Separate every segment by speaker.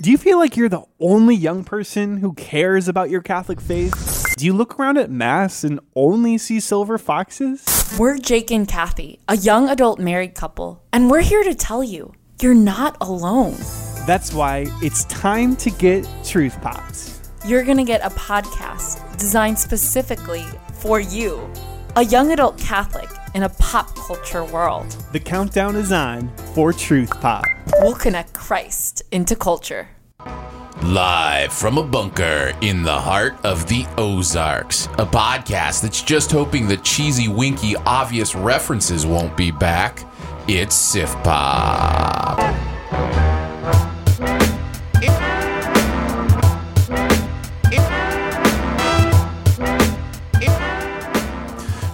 Speaker 1: Do you feel like you're the only young person who cares about your Catholic faith? Do you look around at Mass and only see silver foxes?
Speaker 2: We're Jake and Kathy, a young adult married couple, and we're here to tell you you're not alone.
Speaker 1: That's why it's time to get Truth Pops.
Speaker 2: You're going to get a podcast designed specifically for you, a young adult Catholic in a pop culture world.
Speaker 1: The countdown is on for Truth Pop.
Speaker 2: We'll connect Christ into culture.
Speaker 3: Live from a bunker in the heart of the Ozarks, a podcast that's just hoping the cheesy winky obvious references won't be back. It's Sif Pop.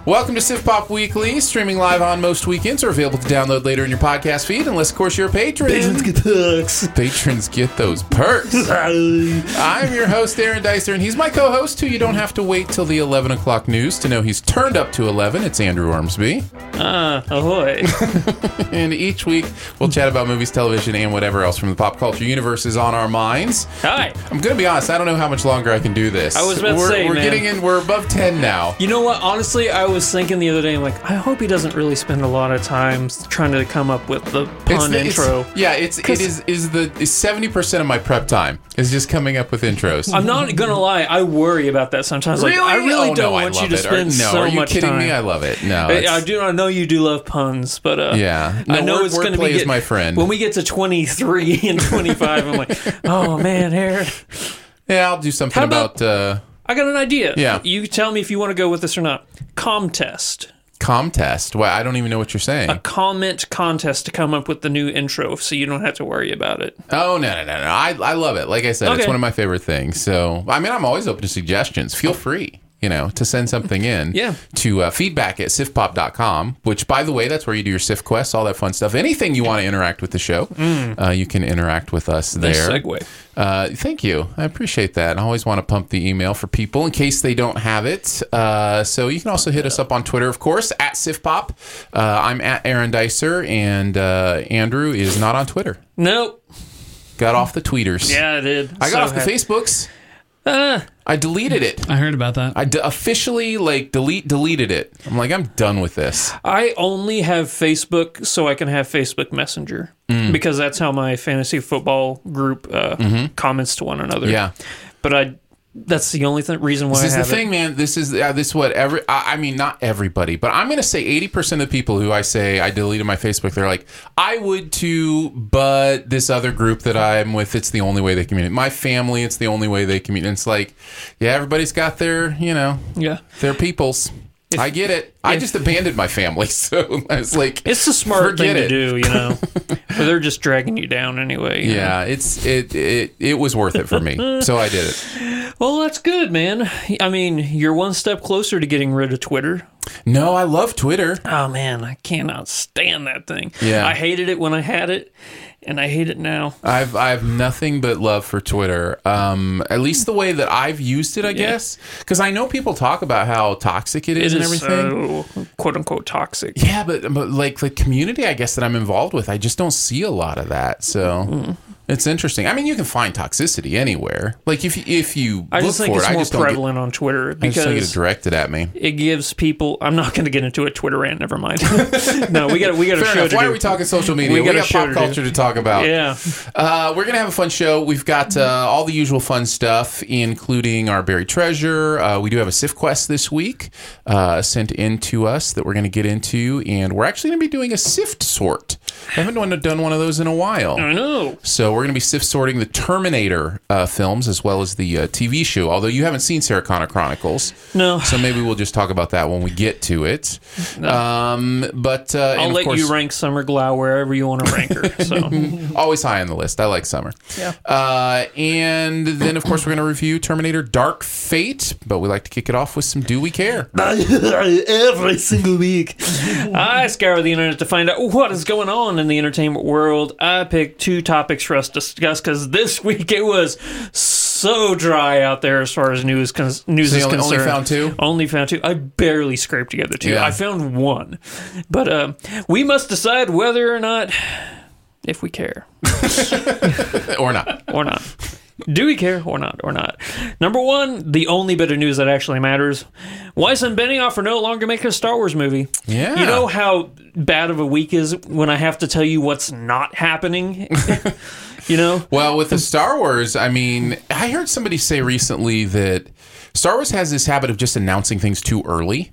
Speaker 3: Welcome to Sif Pop Weekly, streaming live on most weekends or available to download later in your podcast feed, unless, of course, you're a patron.
Speaker 4: Patrons get perks.
Speaker 3: Patrons get those perks. I'm your host, Aaron Dicer, and he's my co host, who you don't have to wait till the 11 o'clock news to know he's turned up to 11. It's Andrew Ormsby.
Speaker 4: Ah, ahoy.
Speaker 3: And each week, we'll chat about movies, television, and whatever else from the pop culture universe is on our minds.
Speaker 4: Hi.
Speaker 3: I'm going to be honest, I don't know how much longer I can do this.
Speaker 4: I was about to
Speaker 3: we're,
Speaker 4: say,
Speaker 3: We're
Speaker 4: man.
Speaker 3: getting in, we're above 10 now.
Speaker 4: You know what? Honestly, I was thinking the other day, I'm like, I hope he doesn't really spend a lot of time s- trying to come up with the pun
Speaker 3: the-
Speaker 4: intro.
Speaker 3: yeah, it's it
Speaker 4: 'Cause-
Speaker 3: is is the seventy percent of my prep time is just coming up with intros.
Speaker 4: I'm not gonna lie, I worry about that sometimes. Like, I really
Speaker 3: Oh,
Speaker 4: don't
Speaker 3: no, I
Speaker 4: want you
Speaker 3: love
Speaker 4: to
Speaker 3: it. Are-
Speaker 4: spend
Speaker 3: no,
Speaker 4: so
Speaker 3: are you
Speaker 4: much
Speaker 3: kidding
Speaker 4: time.
Speaker 3: me? I love it. No,
Speaker 4: I,
Speaker 3: it's-
Speaker 4: I do. I know you do love puns, but uh,
Speaker 3: Yeah. No,
Speaker 4: I know
Speaker 3: word-
Speaker 4: it's going to
Speaker 3: wordplay
Speaker 4: be
Speaker 3: is my friend.
Speaker 4: When we get to 23 and 25, I'm like, oh man, Aaron,
Speaker 3: yeah, I'll do something
Speaker 4: How about-
Speaker 3: about, uh,
Speaker 4: I got an idea.
Speaker 3: Yeah.
Speaker 4: you tell me if you want to go with this or not. Comtest,
Speaker 3: Comtest. Why? I don't even know what you're saying.
Speaker 4: a comment contest to come up with the new intro, so you don't have to worry about it.
Speaker 3: Oh no no no no! I, I love it. Like I said, it's
Speaker 4: Okay.
Speaker 3: one of my favorite things. So I mean, I'm always open to suggestions. Feel free, you know, to send something in.
Speaker 4: Yeah.
Speaker 3: To uh, feedback at sifpop.com, which by the way, that's where you do your sif quests, all that fun stuff. Anything you want to interact with the show, uh, you can interact with us there.
Speaker 4: Mm. segue.
Speaker 3: Uh, thank you. I appreciate that. I always want to pump the email for people in case they don't have it. Uh, so you can also hit us up on Twitter, of course, at sifpop. Uh, I'm at Aaron Dicer, and uh, Andrew is not on Twitter.
Speaker 4: Nope.
Speaker 3: Got off the tweeters.
Speaker 4: Yeah, I did.
Speaker 3: I got
Speaker 4: So
Speaker 3: off the
Speaker 4: happy.
Speaker 3: Facebooks.
Speaker 4: Uh,
Speaker 3: I deleted it.
Speaker 5: I heard about that.
Speaker 3: I d- officially like delete deleted it. I'm like I'm done with this.
Speaker 4: I only have Facebook so I can have Facebook Messenger
Speaker 3: Mm.
Speaker 4: because that's how my fantasy football group uh, comments to one another.
Speaker 3: Mm-hmm. Yeah,
Speaker 4: but I. That's the only th- reason why
Speaker 3: this is
Speaker 4: I
Speaker 3: the
Speaker 4: have it.
Speaker 3: thing, man. This is uh, this what every. I, I mean, not everybody, but I'm gonna say 80 percent of the people who I say I deleted my Facebook, they're like, I would too, but this other group that I'm with, it's the only way they communicate. My family, it's the only way they communicate. It's like, yeah, everybody's got their, you know,
Speaker 4: Yeah.
Speaker 3: their peoples. I get it. I just abandoned my family, so I was like,
Speaker 4: It's a smart
Speaker 3: Forget
Speaker 4: thing
Speaker 3: it.
Speaker 4: to do, you know. but they're just dragging you down anyway. you know?
Speaker 3: Yeah, it's it it it was worth it for me, so I did it.
Speaker 4: Well, that's good, man. I mean, you're one step closer to getting rid of Twitter.
Speaker 3: No, I love Twitter.
Speaker 4: Oh man, I cannot stand that thing.
Speaker 3: Yeah.
Speaker 4: I hated it when I had it, and I hate it now.
Speaker 3: I've I have nothing but love for Twitter. Um, at least the way that I've used it, I guess, because I know people talk about how toxic it
Speaker 4: It
Speaker 3: is and
Speaker 4: is
Speaker 3: everything.
Speaker 4: so quote unquote toxic.
Speaker 3: yeah, but, but like the community, I guess that I'm involved with, I just don't see a lot of that. So
Speaker 4: Mm-hmm.
Speaker 3: it's interesting. I mean, you can find toxicity anywhere. Like if you- if you
Speaker 4: I
Speaker 3: look
Speaker 4: just think
Speaker 3: for
Speaker 4: it's
Speaker 3: it, I
Speaker 4: more
Speaker 3: just don't get,
Speaker 4: prevalent on Twitter
Speaker 3: I just don't get
Speaker 4: because
Speaker 3: it directed at me.
Speaker 4: it gives people. I'm not going to get into a Twitter rant. Never mind. no, we got we got a
Speaker 3: Fair
Speaker 4: show
Speaker 3: enough.
Speaker 4: to
Speaker 3: Why
Speaker 4: do.
Speaker 3: are we talking social media? We,
Speaker 4: got a
Speaker 3: got
Speaker 4: show
Speaker 3: pop
Speaker 4: to do.
Speaker 3: culture to talk about.
Speaker 4: Yeah.
Speaker 3: Uh, we're gonna have a fun show. We've got uh, all the usual fun stuff, including our buried treasure. Uh, we do have a SIF quest this week uh, sent in to us that we're gonna get into, and we're actually gonna be doing a sift sort. I haven't done- done one of those in a while.
Speaker 4: I know.
Speaker 3: So we're going to be sift sorting the Terminator uh, films as well as the uh, TV show. Although you haven't seen Sarah Connor Chronicles,
Speaker 4: No.
Speaker 3: So maybe we'll just talk about that when we get to it. Um, but uh, and
Speaker 4: I'll
Speaker 3: of
Speaker 4: let
Speaker 3: course-
Speaker 4: you rank Summer Glau wherever you want to rank her. So
Speaker 3: Always high on the list. I like summer. Yeah. Uh, and then, of course, we're going to review Terminator Dark Fate, but we like to kick it off with some Do We Care?
Speaker 4: every single week, I scour the internet to find out what is going on in the entertainment world. I picked two topics for us to discuss because this week it was so dry out there as far as news con- news
Speaker 3: So you
Speaker 4: is
Speaker 3: only- only
Speaker 4: concerned.
Speaker 3: found two?
Speaker 4: Only found two. I barely scraped together two.
Speaker 3: Yeah.
Speaker 4: I found one, but uh, we must decide whether or not if we care
Speaker 3: or not.
Speaker 4: or not. Do we care or not or not? Number one, the only bit of news that actually matters: Weiss and Benioff are no longer making a Star Wars movie.
Speaker 3: Yeah.
Speaker 4: you know how bad of a week is when I have to tell you what's not happening. you know,
Speaker 3: Well, with the Star Wars, I mean, I heard somebody say recently that Star Wars has this habit of just announcing things too early.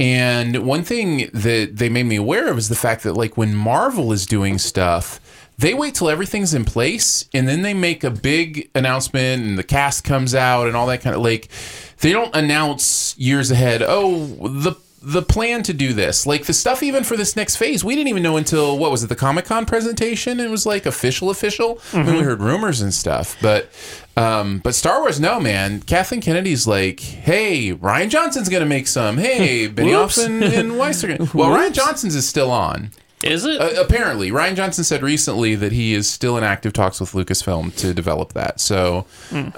Speaker 3: And one thing that they made me aware of is the fact that, like, when Marvel is doing stuff, they wait till everything's in place and then they make a big announcement and the cast comes out and all that kind of like, they don't announce years ahead, oh, the the plan to do this like the stuff even for this next phase we didn't even know until what was it the comic-con presentation it was like official official I mean, we heard rumors and stuff but um but star wars no man kathleen kennedy's like hey ryan johnson's gonna make some hey benioff and, and weiss are gonna well ryan johnson's is still on
Speaker 4: is it?
Speaker 3: uh, apparently, Ryan Johnson said recently that he is still in active talks with Lucasfilm to develop that. So,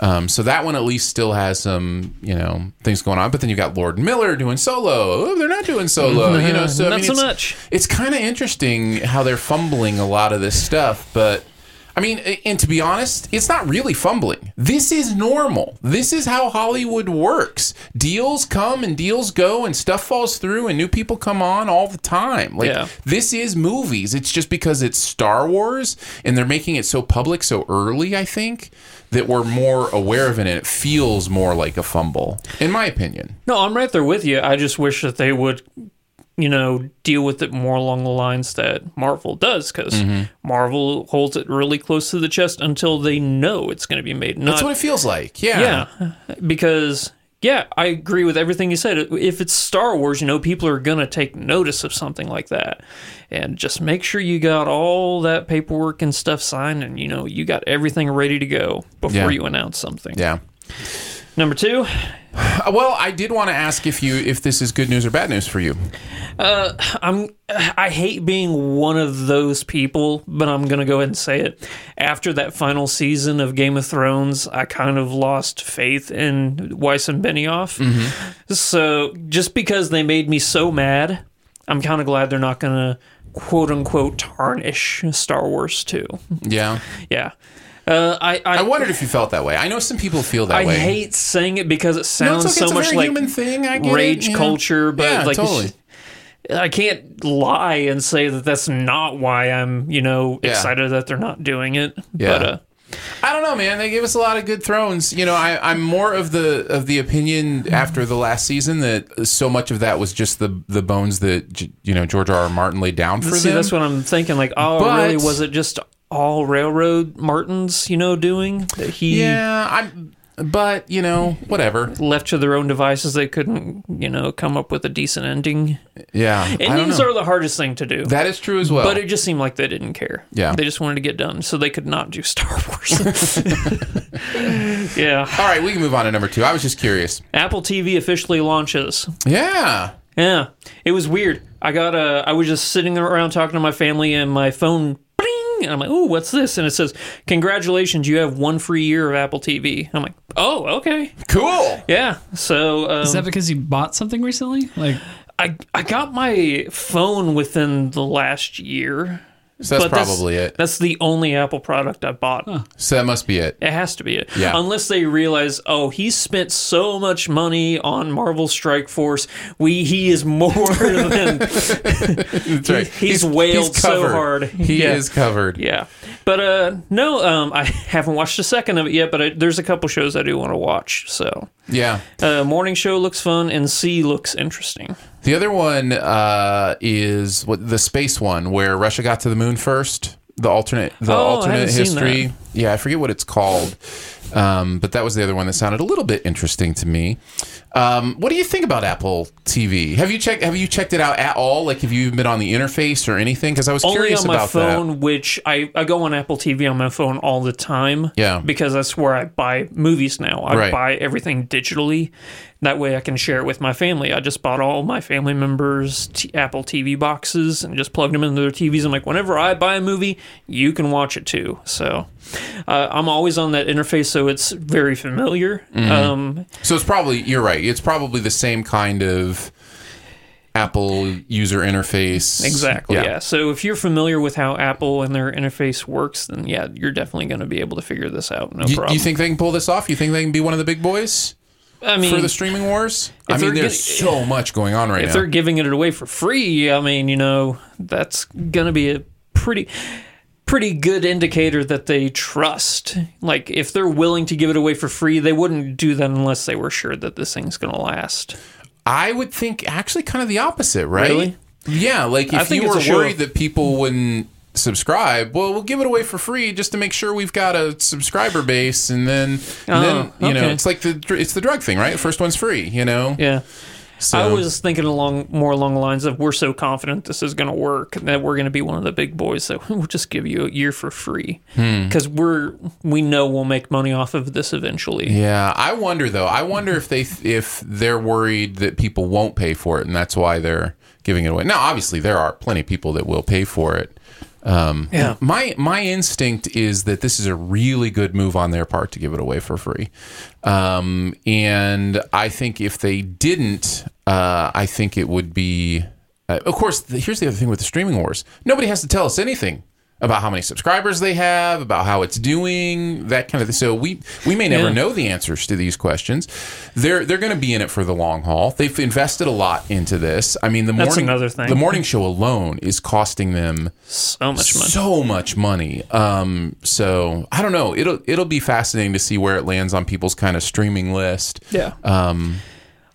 Speaker 3: um, so that one at least still has some, you know, things going on. But then you've got Lord Miller doing solo. Oh, they're not doing solo, you know. So I
Speaker 4: Not
Speaker 3: mean,
Speaker 4: so
Speaker 3: it's-
Speaker 4: much.
Speaker 3: It's kind of interesting how they're fumbling a lot of this stuff, but. I mean, a- and to be honest, it's not really fumbling. This is normal. This is how Hollywood works. Deals come and deals go, and stuff falls through, and new people come on all the time. Like,
Speaker 4: Yeah.
Speaker 3: this is movies. It's just because it's Star Wars and they're making it so public so early, I think, that we're more aware of it and it feels more like a fumble, in my opinion.
Speaker 4: no, I'm right there with you. I just wish that they would. You know, deal with it more along the lines that Marvel does, because
Speaker 3: Mm-hmm.
Speaker 4: Marvel holds it really close to the chest until they know it's going to be made. Not
Speaker 3: That's what it feels like. Yeah.
Speaker 4: Yeah, because yeah, I agree with everything you said. If it's Star Wars, you know, people are gonna take notice of something like that, and just make sure you got all that paperwork and stuff signed, and you know, you got everything ready to go before
Speaker 3: Yeah.
Speaker 4: you announce something.
Speaker 3: Yeah.
Speaker 4: Number two,
Speaker 3: Uh, Well, I did want to ask if you if this is good news or bad news for you.
Speaker 4: I'm I hate being one of those people, but I'm gonna go ahead and say it. After that final season of Game of Thrones, I kind of lost faith in Weiss and Benioff. So just because they made me so mad, I'm kind of glad they're not gonna quote unquote tarnish Star Wars 2.
Speaker 3: Yeah.
Speaker 4: Yeah, uh, I I,
Speaker 3: I wondered if you felt that way. I know some people feel that
Speaker 4: I
Speaker 3: way.
Speaker 4: hate saying it because it
Speaker 3: No,
Speaker 4: sounds
Speaker 3: it's okay.
Speaker 4: so
Speaker 3: It's a
Speaker 4: much
Speaker 3: very
Speaker 4: like
Speaker 3: human thing. I get it,
Speaker 4: rage
Speaker 3: yeah.
Speaker 4: culture, but
Speaker 3: Yeah,
Speaker 4: like it's-
Speaker 3: totally.
Speaker 4: I can't lie and say that that's not why I'm, you know,
Speaker 3: Yeah.
Speaker 4: excited that they're not doing it.
Speaker 3: Yeah.
Speaker 4: But uh,
Speaker 3: I don't know, man. They gave us a lot of good thrones. You know, I, I'm more of the of the opinion after the last season that so much of that was just the the bones that J- you know George R. R. Martin laid down for
Speaker 4: see,
Speaker 3: them.
Speaker 4: that's what I'm thinking. Like, oh,
Speaker 3: But-
Speaker 4: really? Was it just all railroad Martins, you know, doing that he
Speaker 3: yeah, I'm. But you know, whatever.
Speaker 4: left to their own devices? They couldn't, you know, come up with a decent ending.
Speaker 3: Yeah, I don't
Speaker 4: Endings
Speaker 3: know.
Speaker 4: are the hardest thing to do.
Speaker 3: that is true as well.
Speaker 4: but it just seemed like they didn't care.
Speaker 3: Yeah.
Speaker 4: They just wanted to get done so they could not do Star Wars. yeah.
Speaker 3: All right, we can move on to number two. I was just curious.
Speaker 4: Apple TV officially launches.
Speaker 3: Yeah,
Speaker 4: Yeah, uh, it was weird. I got a. I was just sitting around talking to my family, and my phone, bling, And I'm like, oh, what's this? And it says, congratulations, you have one free year of Apple TV. I'm like, oh, okay.
Speaker 3: Cool.
Speaker 4: Yeah. So um,
Speaker 5: Is that because you bought something recently? Like,
Speaker 4: I, I got my phone within the last year.
Speaker 3: So that's
Speaker 4: but that's-
Speaker 3: probably it.
Speaker 4: That's the only Apple product I bought.
Speaker 3: So that must be it.
Speaker 4: It has to be it.
Speaker 3: Yeah.
Speaker 4: Unless they realize, oh, he spent so much money on Marvel Strike Force. We he is more than
Speaker 3: That's right.
Speaker 4: he's wailed so
Speaker 3: covered.
Speaker 4: hard.
Speaker 3: He
Speaker 4: Yeah.
Speaker 3: is covered.
Speaker 4: yeah. But uh no, um I haven't watched a second of it yet, but I, there's a couple shows I do want to watch. So
Speaker 3: Yeah.
Speaker 4: uh, morning show looks fun and C looks interesting.
Speaker 3: The other one uh, is what the space one where Russia got to the moon first. The alternate, the
Speaker 4: Oh, I
Speaker 3: alternate
Speaker 4: haven't seen
Speaker 3: history.
Speaker 4: that.
Speaker 3: Yeah, I forget what it's called, um, but that was the other one that sounded a little bit interesting to me. Um, what do you think about Apple TV? Have you checked? Have you checked it out at all? Like, have you been on the interface or anything? Because I was
Speaker 4: Only
Speaker 3: curious
Speaker 4: on my
Speaker 3: about
Speaker 4: phone,
Speaker 3: that.
Speaker 4: which I, I go on Apple TV on my phone all the time.
Speaker 3: Yeah.
Speaker 4: Because that's where I buy movies now. I
Speaker 3: Right.
Speaker 4: buy everything digitally. That way I can share it with my family. I just bought all my family members t- Apple TV boxes and just plugged them into their TVs. I'm like, whenever I buy a movie, you can watch it too. So uh, I'm always on that interface, so it's very familiar.
Speaker 3: Mm-hmm.
Speaker 4: Um,
Speaker 3: So it's probably you're right. It's probably the same kind of Apple user interface.
Speaker 4: Exactly. Yeah.
Speaker 3: Yeah.
Speaker 4: So if you're familiar with how Apple and their interface works, then yeah, you're definitely going to be able to figure this out. No
Speaker 3: You,
Speaker 4: problem.
Speaker 3: you think they can pull this off? You think they can be one of the big boys?
Speaker 4: I mean,
Speaker 3: for the streaming wars? I
Speaker 4: they're
Speaker 3: mean, there's
Speaker 4: gonna-
Speaker 3: so much going on right
Speaker 4: if
Speaker 3: now.
Speaker 4: they're giving it away for free, I mean, you know, that's going to be a pretty pretty good indicator that they trust. Like if they're willing to give it away for free, they wouldn't do that unless they were sure that this thing's going to last.
Speaker 3: I would think actually kind of the opposite, right?
Speaker 4: Really?
Speaker 3: Yeah, like
Speaker 4: I
Speaker 3: if
Speaker 4: think
Speaker 3: you
Speaker 4: it's
Speaker 3: were
Speaker 4: a show
Speaker 3: worried
Speaker 4: of-
Speaker 3: that people wouldn't subscribe, well, we'll give it away for free just to make sure we've got a subscriber base, and then, and then
Speaker 4: Oh,
Speaker 3: you know,
Speaker 4: okay.
Speaker 3: it's like the dr- it's the drug thing, right? First one's free, you know.
Speaker 4: Yeah.
Speaker 3: So,
Speaker 4: I was thinking along more along the lines of we're so confident this is going to work and that we're going to be one of the big boys that we'll just give you a year for free
Speaker 3: Hmm.
Speaker 4: because we're we know we'll make money off of this eventually.
Speaker 3: Yeah, I wonder though. I wonder if they if they're worried that people won't pay for it, and that's why they're giving it away. Now, obviously, there are plenty of people that will pay for it. Um,
Speaker 4: Yeah.
Speaker 3: My my instinct is that this is a really good move on their part to give it away for free, um, and I think if they didn't, uh, I think it would be. Uh, of course, the, here's the other thing with the streaming wars: nobody has to tell us anything about how many subscribers they have, about how it's doing, that kind of thing. So we we may never
Speaker 4: Yeah.
Speaker 3: know the answers to these questions. They're they're going to be in it for the long haul. They've invested a lot into this. I mean, the
Speaker 4: That's
Speaker 3: morning
Speaker 4: another thing.
Speaker 3: the morning show alone is costing them
Speaker 4: So much money.
Speaker 3: so much money. Um, so I don't know. It'll it'll be fascinating to see where it lands on people's kind of streaming list.
Speaker 4: yeah. Um,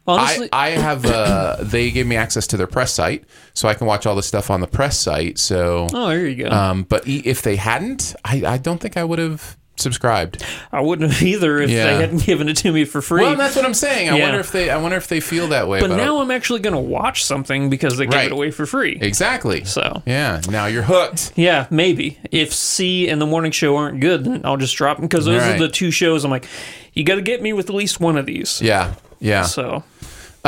Speaker 4: Honestly,
Speaker 3: I, I have. Uh, they gave me access to their press site, so I can watch all the stuff on the press site. So,
Speaker 4: oh, there you go.
Speaker 3: um, but e- if they hadn't, I, I don't think I would have subscribed.
Speaker 4: I wouldn't have either if
Speaker 3: Yeah.
Speaker 4: they hadn't given it to me for free.
Speaker 3: Well, that's what I'm saying. I
Speaker 4: Yeah.
Speaker 3: wonder if they. I wonder if they feel that way.
Speaker 4: but
Speaker 3: about
Speaker 4: now
Speaker 3: it.
Speaker 4: I'm actually going to watch something because they gave
Speaker 3: Right.
Speaker 4: it away for free.
Speaker 3: exactly.
Speaker 4: So.
Speaker 3: yeah, now you're hooked.
Speaker 4: Yeah, maybe. If C and the morning show aren't good, then I'll just drop them because those
Speaker 3: Right.
Speaker 4: are the two shows I'm like, you got to get me with at least one of these.
Speaker 3: Yeah, yeah. So,
Speaker 4: So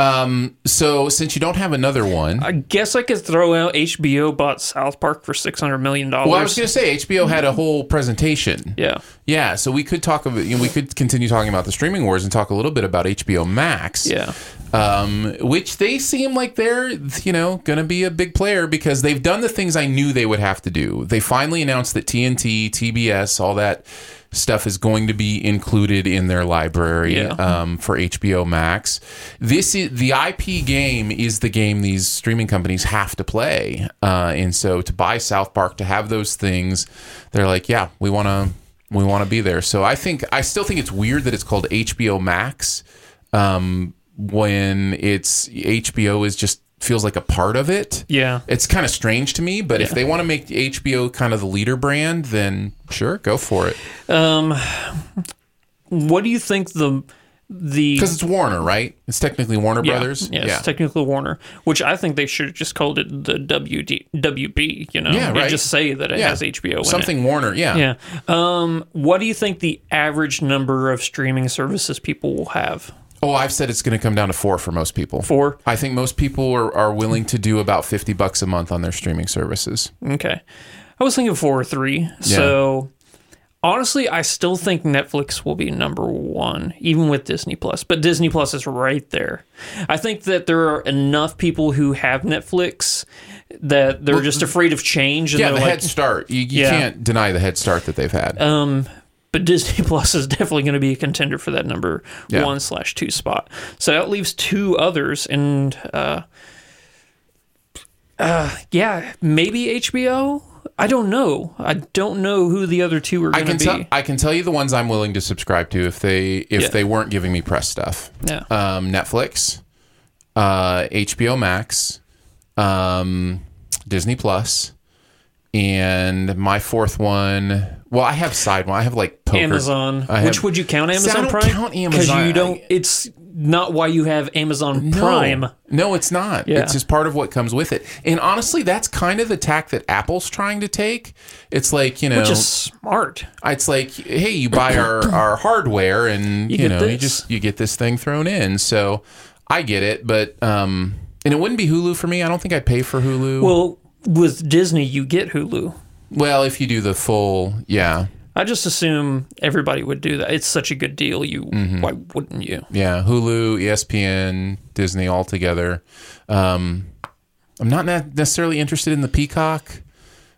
Speaker 3: um, so since you don't have another one,
Speaker 4: I guess I could throw out HBO bought South Park for six hundred million
Speaker 3: well, I was
Speaker 4: dollars.
Speaker 3: going to say HBO had a whole presentation.
Speaker 4: yeah,
Speaker 3: Yeah, so we could talk about you know, we could continue talking about the streaming wars and talk a little bit about HBO Max.
Speaker 4: Yeah.
Speaker 3: Um, which they seem like they're you know going to be a big player because they've done the things I knew they would have to do. They finally announced that TNT, TBS, all that stuff is going to be included in their library
Speaker 4: Yeah.
Speaker 3: um, for HBO Max. This is the IP game is the game these streaming companies have to play, uh, and so to buy South Park to have those things, they're like, yeah, we want to we want to be there. So I think I still think it's weird that it's called HBO Max um, when it's HBO is just feels like a part of it.
Speaker 4: yeah.
Speaker 3: It's kind of strange to me, but if they want to make HBO kind of the leader brand, then sure, go for it.
Speaker 4: What do you think the the
Speaker 3: Because it's Warner, right? It's technically Warner
Speaker 4: E- yeah,
Speaker 3: Brothers.
Speaker 4: Yeah, it's technically Warner, which I think they should have just called it the WD, WB, you know,
Speaker 3: Yeah,
Speaker 4: and
Speaker 3: right.
Speaker 4: just say that it
Speaker 3: Yeah.
Speaker 4: has HBO. in it.
Speaker 3: Something Warner, yeah.
Speaker 4: Yeah. Um, what do you think the average number of streaming services people will have?
Speaker 3: Oh, I've said it's going to come down to four for most people.
Speaker 4: Four?
Speaker 3: I think most people are, are willing to do about 50 bucks a month on their streaming services.
Speaker 4: Okay. I was thinking four or three. So honestly, I still think Netflix will be number one, even with Disney Plus. But Disney Plus is right there. I think that there are enough people who have Netflix that they're just afraid of change. And
Speaker 3: Yeah,
Speaker 4: they're
Speaker 3: the
Speaker 4: like,
Speaker 3: head start. You, you
Speaker 4: Yeah.
Speaker 3: can't deny the head start that they've had.
Speaker 4: but Disney Plus is definitely going to be a contender for that number
Speaker 3: Yeah.
Speaker 4: one slash two spot. So that leaves two others, and uh, uh, yeah, maybe HBO. I don't know. I don't know who the other two are
Speaker 3: I
Speaker 4: going to
Speaker 3: can
Speaker 4: be.
Speaker 3: tell. I can tell you the ones I'm willing to subscribe to if they if
Speaker 4: Yeah.
Speaker 3: they weren't giving me press stuff.
Speaker 4: Yeah.
Speaker 3: Um, Netflix, uh, HBO Max, um, Disney Plus, and my fourth one. Well, I have side one. I have like poker.
Speaker 4: Amazon.
Speaker 3: I have-
Speaker 4: which would you count
Speaker 3: See,
Speaker 4: Amazon
Speaker 3: I don't
Speaker 4: Prime?
Speaker 3: count Amazon.
Speaker 4: you don't.
Speaker 3: I-
Speaker 4: It's not why you have Amazon Prime.
Speaker 3: No, it's not.
Speaker 4: Yeah.
Speaker 3: It's just part of what comes with it. And honestly, that's kind of the tack that Apple's trying to take. It's like, you know,
Speaker 4: Which is smart.
Speaker 3: it's like, hey, you buy our, our hardware and
Speaker 4: You
Speaker 3: you,
Speaker 4: get
Speaker 3: know, you
Speaker 4: this.
Speaker 3: just you get this thing thrown in. So I get it, but um and it wouldn't be Hulu for me. I don't think I'd pay for Hulu.
Speaker 4: Well, with Disney, you get Hulu.
Speaker 3: well, if you do the full, yeah.
Speaker 4: I just assume everybody would do that. It's such a good deal. You
Speaker 3: Mm-hmm.
Speaker 4: why wouldn't you?
Speaker 3: Yeah, Hulu, E ESPN, Disney all together. Um, I'm not ne- necessarily interested in the Peacock.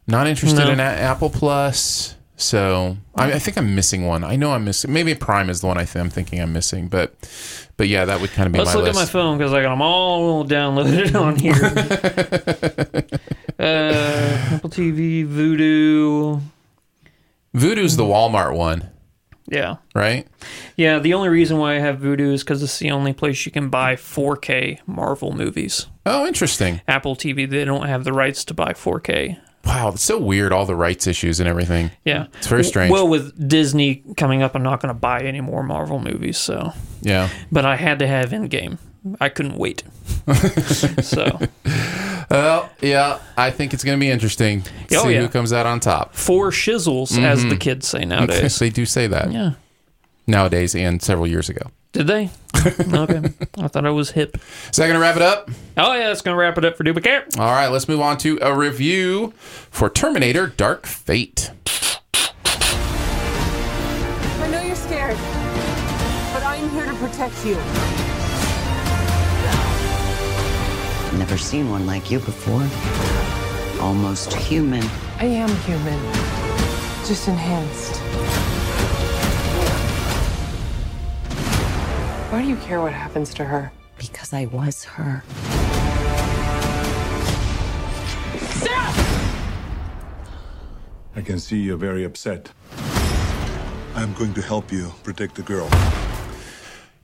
Speaker 3: Not interested
Speaker 4: No.
Speaker 3: in a- Apple Plus. So I, I think I'm missing one. I know I'm missing. Maybe Prime is the one I th- I'm thinking I'm missing. But but yeah, that would kind of be
Speaker 4: Let's
Speaker 3: my
Speaker 4: look
Speaker 3: list.
Speaker 4: at my phone because I got them all downloaded on here. uh, Apple TV, Voodoo.
Speaker 3: Voodoo's the Walmart one,
Speaker 4: Yeah.
Speaker 3: right?
Speaker 4: Yeah, the only reason why I have Voodoo is because it's the only place you can buy 4K Marvel movies.
Speaker 3: Oh, interesting.
Speaker 4: Apple TV, they don't have the rights to buy 4K.
Speaker 3: Wow, it's so weird. All the rights issues and everything.
Speaker 4: Yeah.
Speaker 3: It's very strange.
Speaker 4: Well, with Disney coming up, I'm not going to buy any more Marvel movies, so.
Speaker 3: Yeah.
Speaker 4: But I had to have Endgame. I couldn't wait. so,
Speaker 3: Well, yeah. I think it's going to be interesting. to
Speaker 4: Oh,
Speaker 3: See
Speaker 4: yeah.
Speaker 3: who comes out on top.
Speaker 4: four shizzles, as
Speaker 3: Mm-hmm.
Speaker 4: the kids say nowadays.
Speaker 3: they do say that
Speaker 4: yeah.
Speaker 3: nowadays and several years ago.
Speaker 4: Did they? okay. I thought I was hip.
Speaker 3: Is that going to wrap it up?
Speaker 4: Oh, yeah, that's going to wrap it up for Duplicate.
Speaker 3: All right, let's move on to a review for Terminator Dark Fate.
Speaker 6: I know you're scared, but I'm here to protect you.
Speaker 7: Never seen one like you before. Almost human.
Speaker 6: I am human, just enhanced. Why do you care what happens to her?
Speaker 7: Because I was her.
Speaker 8: I can see you're very upset. I'm going to help you protect the girl.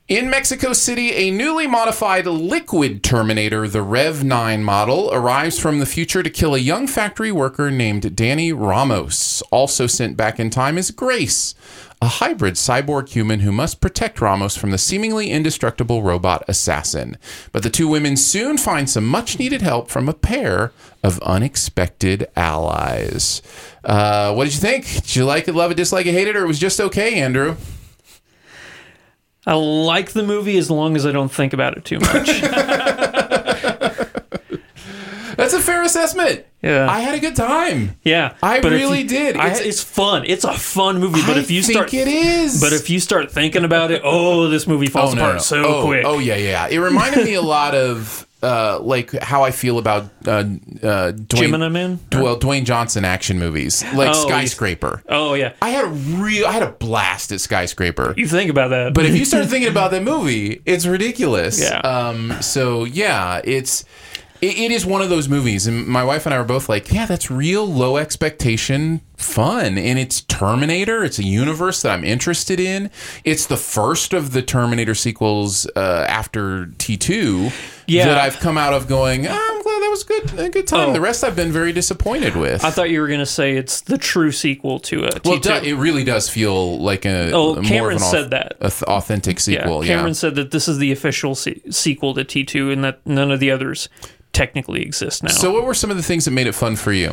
Speaker 3: In Mexico City, a newly modified liquid Terminator, the Rev 9 model, arrives from the future to kill a young factory worker named Danny Ramos. Also sent back in time is Grace, a hybrid cyborg human who must protect Ramos from the seemingly indestructible robot assassin. But the two women soon find some much needed help from a pair of unexpected allies. Uh, what did you think? Did you like it, love it, dislike it, hate it, or it was just okay, Andrew?
Speaker 4: I like the movie as long as I don't think about it too much.
Speaker 3: That's a fair assessment.
Speaker 4: Yeah.
Speaker 3: I had a good time.
Speaker 4: yeah.
Speaker 3: I
Speaker 4: if
Speaker 3: really
Speaker 4: you-
Speaker 3: did.
Speaker 4: I- it's,
Speaker 3: It's-
Speaker 4: fun. It's a fun movie, but
Speaker 3: I
Speaker 4: if you
Speaker 3: think
Speaker 4: start
Speaker 3: it is.
Speaker 4: But if you start thinking about it, oh, this movie falls apart so
Speaker 3: oh,
Speaker 4: quick.
Speaker 3: Oh yeah, yeah. It reminded me a lot of uh, like how I feel about uh, uh, Dwayne,
Speaker 4: Gemini Man?
Speaker 3: Well, Dwayne Johnson action movies like
Speaker 4: Oh,
Speaker 3: Skyscraper.
Speaker 4: Oh, yeah.
Speaker 3: I had a real, I had a blast at Skyscraper.
Speaker 4: You think about that.
Speaker 3: But if you start thinking about that movie, it's ridiculous.
Speaker 4: Yeah.
Speaker 3: Um, so yeah, it's it, it is one of those movies, and my wife and I were both like, yeah, that's real low expectation fun, and it's Terminator. It's a universe that I'm interested in. It's the first of the Terminator sequels uh, after T two.
Speaker 4: Yeah.
Speaker 3: That I've come out of going. "Ah, I'm glad that was good. A good time.
Speaker 4: Oh.
Speaker 3: The rest I've been very disappointed with.
Speaker 4: I thought you were going to say it's the true sequel to uh, it.
Speaker 3: Well, it, do- it really does feel like a
Speaker 4: Oh,
Speaker 3: a more of
Speaker 4: Cameron
Speaker 3: an au-
Speaker 4: said that.
Speaker 3: a th- authentic sequel.
Speaker 4: Yeah, Cameron
Speaker 3: yeah.
Speaker 4: said that this is the official se- sequel to T2 and that none of the others technically exist now.
Speaker 3: So, what were some of the things that made it fun for you?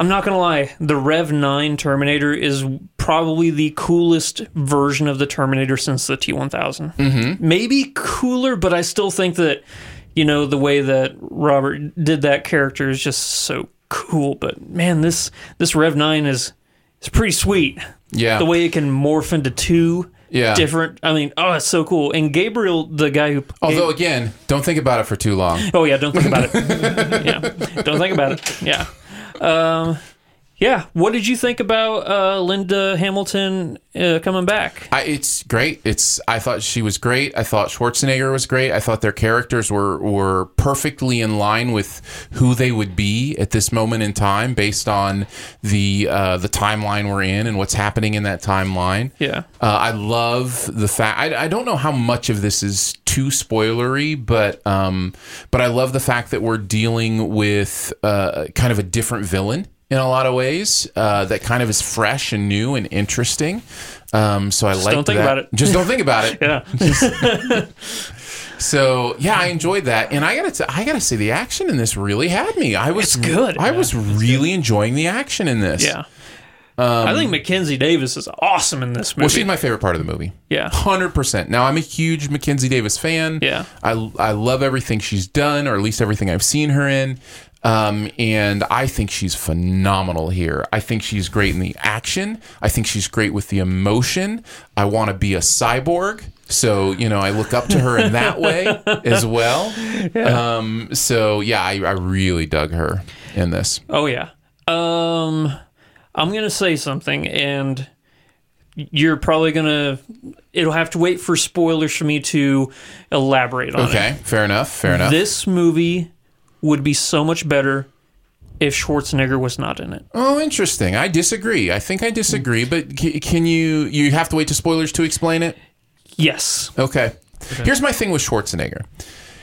Speaker 4: I'm not going to lie, the Rev 9 Terminator is probably the coolest version of the Terminator since the T1000. Mm-hmm. Maybe cooler, but I still think that, you know, the way that Robert did that character is just so cool. But man, this this Rev Nine is it's pretty sweet.
Speaker 3: Yeah.
Speaker 4: the way it can morph into two
Speaker 3: Yeah.
Speaker 4: different. I mean, oh, it's so cool. And Gabriel, the guy who
Speaker 3: Although again, don't think about it for too long.
Speaker 4: Oh yeah, don't think about it. yeah, don't think about it. Yeah, um, yeah. What did you think about uh, Linda Hamilton uh, coming back?
Speaker 3: I, it's great. It's I thought she was great. I thought Schwarzenegger was great. I thought their characters were were perfectly in line with who they would be at this moment in time, based on the uh, the timeline we're in and what's happening in that timeline.
Speaker 4: Yeah.
Speaker 3: Uh, I love the fact. I, I don't know how much of this is too spoilery, but um, but I love the fact that we're dealing with uh, kind of a different villain in a lot of ways uh, that kind of is fresh and new and interesting. Um, so I
Speaker 4: Just
Speaker 3: like
Speaker 4: don't think
Speaker 3: that.
Speaker 4: about it.
Speaker 3: Just don't think about it.
Speaker 4: yeah.
Speaker 3: So yeah, I enjoyed that, and I gotta t- I gotta say the action in this really had me. I was
Speaker 4: good,
Speaker 3: I was really enjoying the action in this.
Speaker 4: Yeah.
Speaker 3: Um,
Speaker 4: I think Mackenzie Davis is awesome in this movie.
Speaker 3: Well, she's my favorite part of the movie.
Speaker 4: Yeah.
Speaker 3: hundred percent. Now I'm a huge Mackenzie Davis fan.
Speaker 4: Yeah.
Speaker 3: I I love everything she's done, or at least everything I've seen her in. Um, and I think she's phenomenal here. I think she's great in the action. I think she's great with the emotion. I want to be a cyborg, so you know I look up to her in that way as well. Um, so yeah, I, I really dug her in this.
Speaker 4: Oh yeah. Um, I'm gonna say something, and you're probably gonna. It'll have to wait for spoilers for me to elaborate on it.
Speaker 3: Okay, fair enough. Fair enough.
Speaker 4: This movie would be so much better if Schwarzenegger was not in it.
Speaker 3: Oh, interesting. I disagree. I think I disagree, but c- can you you have to wait to spoilers to explain it?
Speaker 4: Yes.
Speaker 3: Okay. Here's my thing with Schwarzenegger.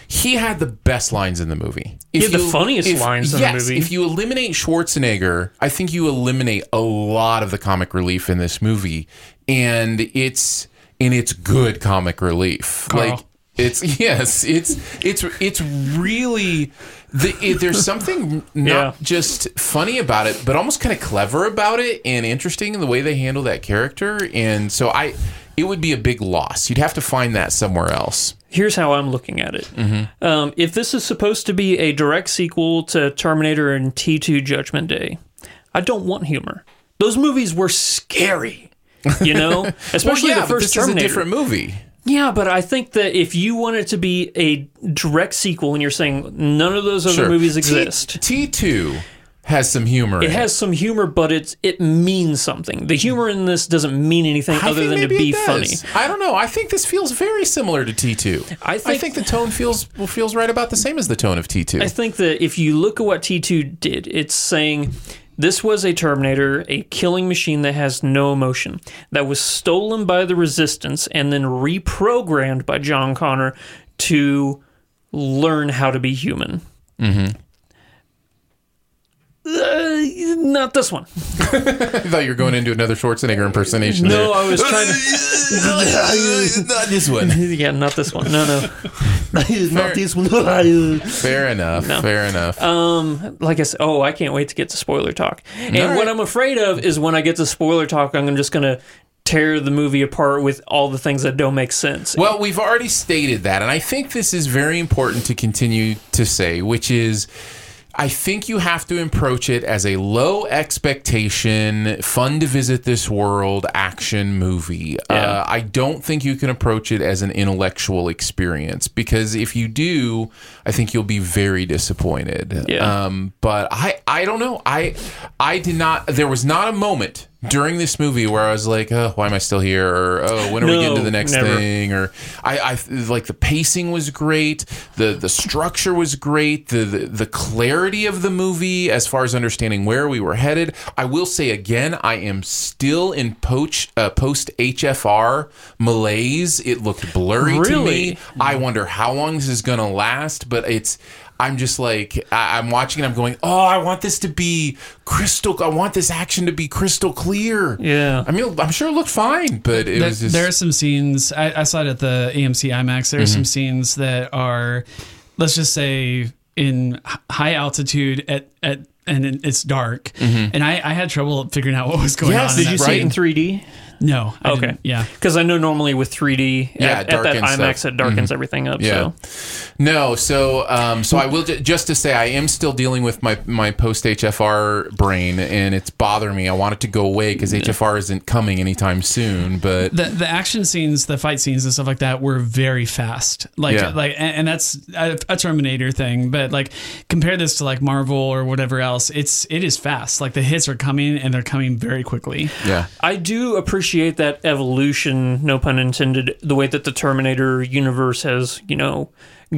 Speaker 3: He had the best lines in the movie.
Speaker 4: He had the funniest lines in the
Speaker 3: yes,
Speaker 4: movie.
Speaker 3: If you eliminate Schwarzenegger, I think you eliminate a lot of the comic relief in this movie, and it's and it's good comic relief.
Speaker 4: Carl.
Speaker 3: Like it's yes, it's it's it's really the it, there's something not
Speaker 4: Yeah.
Speaker 3: just funny about it, but almost kind of clever about it and interesting in the way they handle that character. And so I, it would be a big loss. You'd have to find that somewhere else.
Speaker 4: Here's how I'm looking at it.
Speaker 3: Mm-hmm.
Speaker 4: Um, if this is supposed to be a direct sequel to Terminator and T2 Judgment Day, I don't want humor. Those movies were scary, you know, especially
Speaker 3: Well, yeah,
Speaker 4: the
Speaker 3: but
Speaker 4: first
Speaker 3: this is
Speaker 4: Terminator.
Speaker 3: a different movie.
Speaker 4: Yeah, but I think that if you want it to be a direct sequel, and you're saying none of those other
Speaker 3: Sure.
Speaker 4: movies
Speaker 3: T-
Speaker 4: exist,
Speaker 3: T two has some humor.
Speaker 4: it
Speaker 3: in
Speaker 4: has some humor, but it's it means something. The humor in this doesn't mean anything
Speaker 3: I
Speaker 4: other
Speaker 3: think
Speaker 4: than to
Speaker 3: maybe
Speaker 4: be
Speaker 3: it does.
Speaker 4: funny.
Speaker 3: I don't know. I think this feels very similar to T two. I
Speaker 4: think-
Speaker 3: the tone feels feels right about the same as the tone of T two.
Speaker 4: I think that if you look at what T2 did, it's saying this was a Terminator, a killing machine that has no emotion, that was stolen by the resistance and then reprogrammed by John Connor to learn how to be human. Uh, not this one.
Speaker 3: I thought you were going into another Schwarzenegger impersonation.
Speaker 4: No,
Speaker 3: there.
Speaker 4: I was trying to.
Speaker 3: not this one.
Speaker 4: yeah, not this one. No, no.
Speaker 3: Fair-
Speaker 4: one.
Speaker 3: Fair enough.
Speaker 4: No.
Speaker 3: Fair enough.
Speaker 4: Um, like I said, oh, I can't wait to get to spoiler talk. And
Speaker 3: All right.
Speaker 4: what I'm afraid of is when I get to spoiler talk, I'm just gonna tear the movie apart with all the things that don't make sense.
Speaker 3: Well, we've already stated that, and I think this is very important to continue to say, which is. I think you have to approach it as a low expectation, fun to visit this world action movie. Uh, I don't think you can approach it as an intellectual experience because if you do, I think you'll be very disappointed.
Speaker 4: Yeah.
Speaker 3: Um, but I, I don't know. I, I did not. There was not a moment during this movie where I was like, oh, why am I still here? Or oh, when are we getting to
Speaker 4: No,
Speaker 3: the next
Speaker 4: never.
Speaker 3: thing? Or I, I like the pacing was great. The the structure was great. The, the the clarity of the movie as far as understanding where we were headed. I will say again, I am still in poach uh, post HFR malaise. It looked blurry to
Speaker 4: Really?
Speaker 3: me. I wonder how long this is gonna last, but it's. I'm just like I, I'm watching and I'm going, oh, I want this to be crystal. I want this action to be crystal clear.
Speaker 4: Yeah.
Speaker 3: I mean, I'm sure it looked fine, but it
Speaker 5: There,
Speaker 3: was just Mm-hmm.
Speaker 5: there are some scenes. I, I saw it at the AMC IMAX. There are some scenes that are, let's just say, in h- high altitude at at and it- it's dark. And I, I had trouble figuring out what was going
Speaker 3: Mm-hmm. Yes,
Speaker 5: on.
Speaker 3: did
Speaker 5: in
Speaker 3: you
Speaker 5: that
Speaker 3: see it
Speaker 5: scene.
Speaker 3: in
Speaker 4: in 3D.
Speaker 5: No. I
Speaker 4: okay.
Speaker 5: didn't. Yeah.
Speaker 4: Because I know normally with 3D,
Speaker 3: Yeah, it
Speaker 4: at, at that
Speaker 3: darkens stuff.
Speaker 4: IMAX, it darkens
Speaker 3: Mhm.
Speaker 4: everything up.
Speaker 3: Yeah. No, so um, so I will ju- just to say I am still dealing with my my post HFR brain and it's bothering me. I want it to go away because HFR isn't coming anytime soon. But
Speaker 5: the the action scenes, the fight scenes, and stuff like that were very fast. Like
Speaker 3: Yeah.
Speaker 5: like, and, and that's a, a Terminator thing. But like, compare this to like Marvel or whatever else. It's it is fast. Like the hits are coming and they're coming very quickly.
Speaker 3: Yeah.
Speaker 4: I do appreciate that evolution, no pun intended, the way that the Terminator universe has, you know,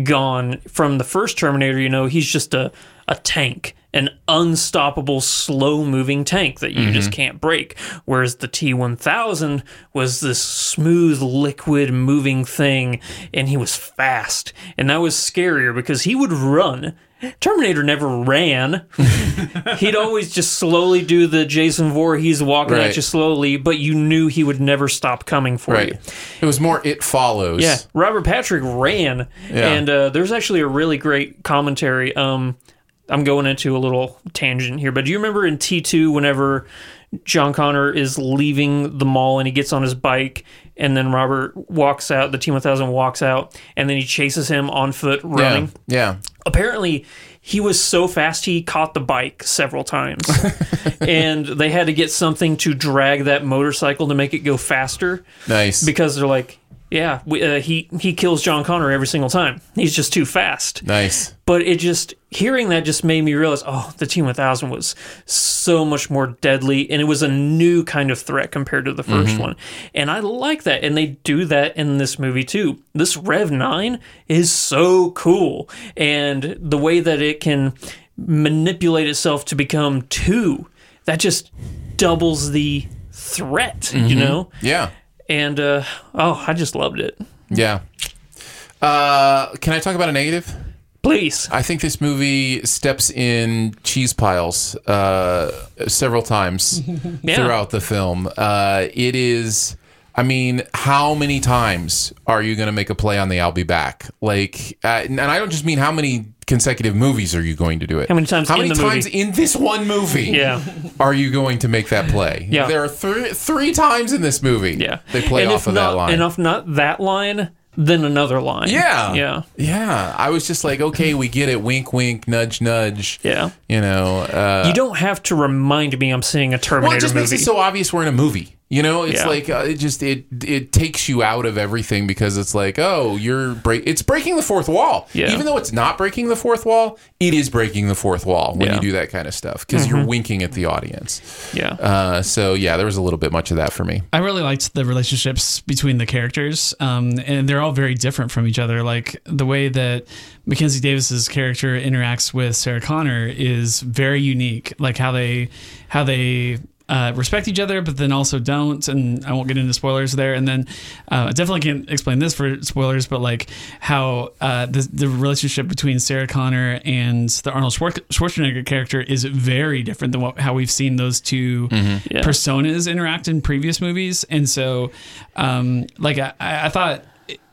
Speaker 4: gone from the first Terminator, you know, he's just a, a tank, an unstoppable, slow moving tank that you just
Speaker 9: Mhm.
Speaker 4: can't break. Whereas the T 1000 was this smooth, liquid, moving thing, and he was fast. And that was scarier because he would run. Terminator never ran. He'd always just slowly do the Jason Voorhees walking
Speaker 3: Right.
Speaker 4: at you slowly, but you knew he would never stop coming for
Speaker 3: right,
Speaker 4: you.
Speaker 3: it was more it follows.
Speaker 4: Yeah, Robert Patrick ran,
Speaker 3: Yeah.
Speaker 4: and uh, there's actually a really great commentary. Um, I'm going into a little tangent here, but do you remember in T2 whenever John Connor is leaving the mall and he gets on his bike, and then Robert walks out, the T1000 walks out, and then he chases him on foot running?
Speaker 3: Yeah.
Speaker 4: apparently he was so fast he caught the bike several times and they had to get something to drag that motorcycle to make it go faster
Speaker 3: Nice.
Speaker 4: because they're like yeah we, uh, he he kills John Connor every single time he's just too fast
Speaker 3: Nice.
Speaker 4: but it just hearing that just made me realize oh the T1000 was so much more deadly and it was a new kind of threat compared to the 1st
Speaker 3: Mhm.
Speaker 4: one and I like that and they do that in this movie too this Rev 9 is so cool and the way that it can manipulate itself to become 2 that just doubles the threat you
Speaker 3: Mhm.
Speaker 4: know
Speaker 3: Yeah.
Speaker 4: and uh, oh I just loved it
Speaker 3: Yeah. Uh, can I talk about a negative?
Speaker 4: Please.
Speaker 3: I think this movie steps in cheese piles uh, several times
Speaker 4: Yeah.
Speaker 3: throughout the film. Uh, it is, I mean, how many times are you going to make a play on the I'll Be Back? Like, uh, and I don't just mean how many consecutive movies are you going to do it?
Speaker 4: how many times
Speaker 3: How
Speaker 4: in
Speaker 3: many
Speaker 4: the movie?
Speaker 3: times in this one movie
Speaker 4: Yeah.
Speaker 3: are you going to make that play?
Speaker 4: Yeah.
Speaker 3: There are three three times in this movie yeah. they play
Speaker 4: and
Speaker 3: off
Speaker 4: if
Speaker 3: of
Speaker 4: not,
Speaker 3: that line.
Speaker 4: And if not that line, then another line.
Speaker 3: Yeah.
Speaker 4: Yeah.
Speaker 3: Yeah. I was just like, okay, we get it. Wink, wink, nudge, nudge.
Speaker 4: Yeah.
Speaker 3: You know, uh,
Speaker 4: you don't have to remind me I'm seeing a Terminator
Speaker 3: well, it just
Speaker 4: movie.
Speaker 3: makes it so obvious we're in a movie. You know, it's
Speaker 4: Yeah.
Speaker 3: like uh, it just it it takes you out of everything because it's like, oh, you're break. It's breaking the fourth wall.
Speaker 4: Yeah.
Speaker 3: Even though it's not breaking the fourth wall, it is breaking the fourth wall when
Speaker 4: Yeah. Mm-hmm.
Speaker 3: you do that kind of stuff because you're
Speaker 5: Mhm.
Speaker 3: winking at the audience.
Speaker 4: Yeah.
Speaker 3: Uh, so yeah, there was a little bit much of that for me.
Speaker 5: I really liked the relationships between the characters, um, and they're all very different from each other. Like the way that Mackenzie Davis's character interacts with Sarah Connor is very unique. Like how they how they uh, respect each other, but then also don't. And I won't get into spoilers there. And then uh, I definitely can't explain this for spoilers, but like how uh, the the relationship between Sarah Connor and the Arnold Schwar- Schwarzenegger character is very different than what, how we've seen those 2
Speaker 4: Mhm.
Speaker 3: Mm-hmm.
Speaker 4: Yeah.
Speaker 5: personas interact in previous movies, and so um, like I, I thought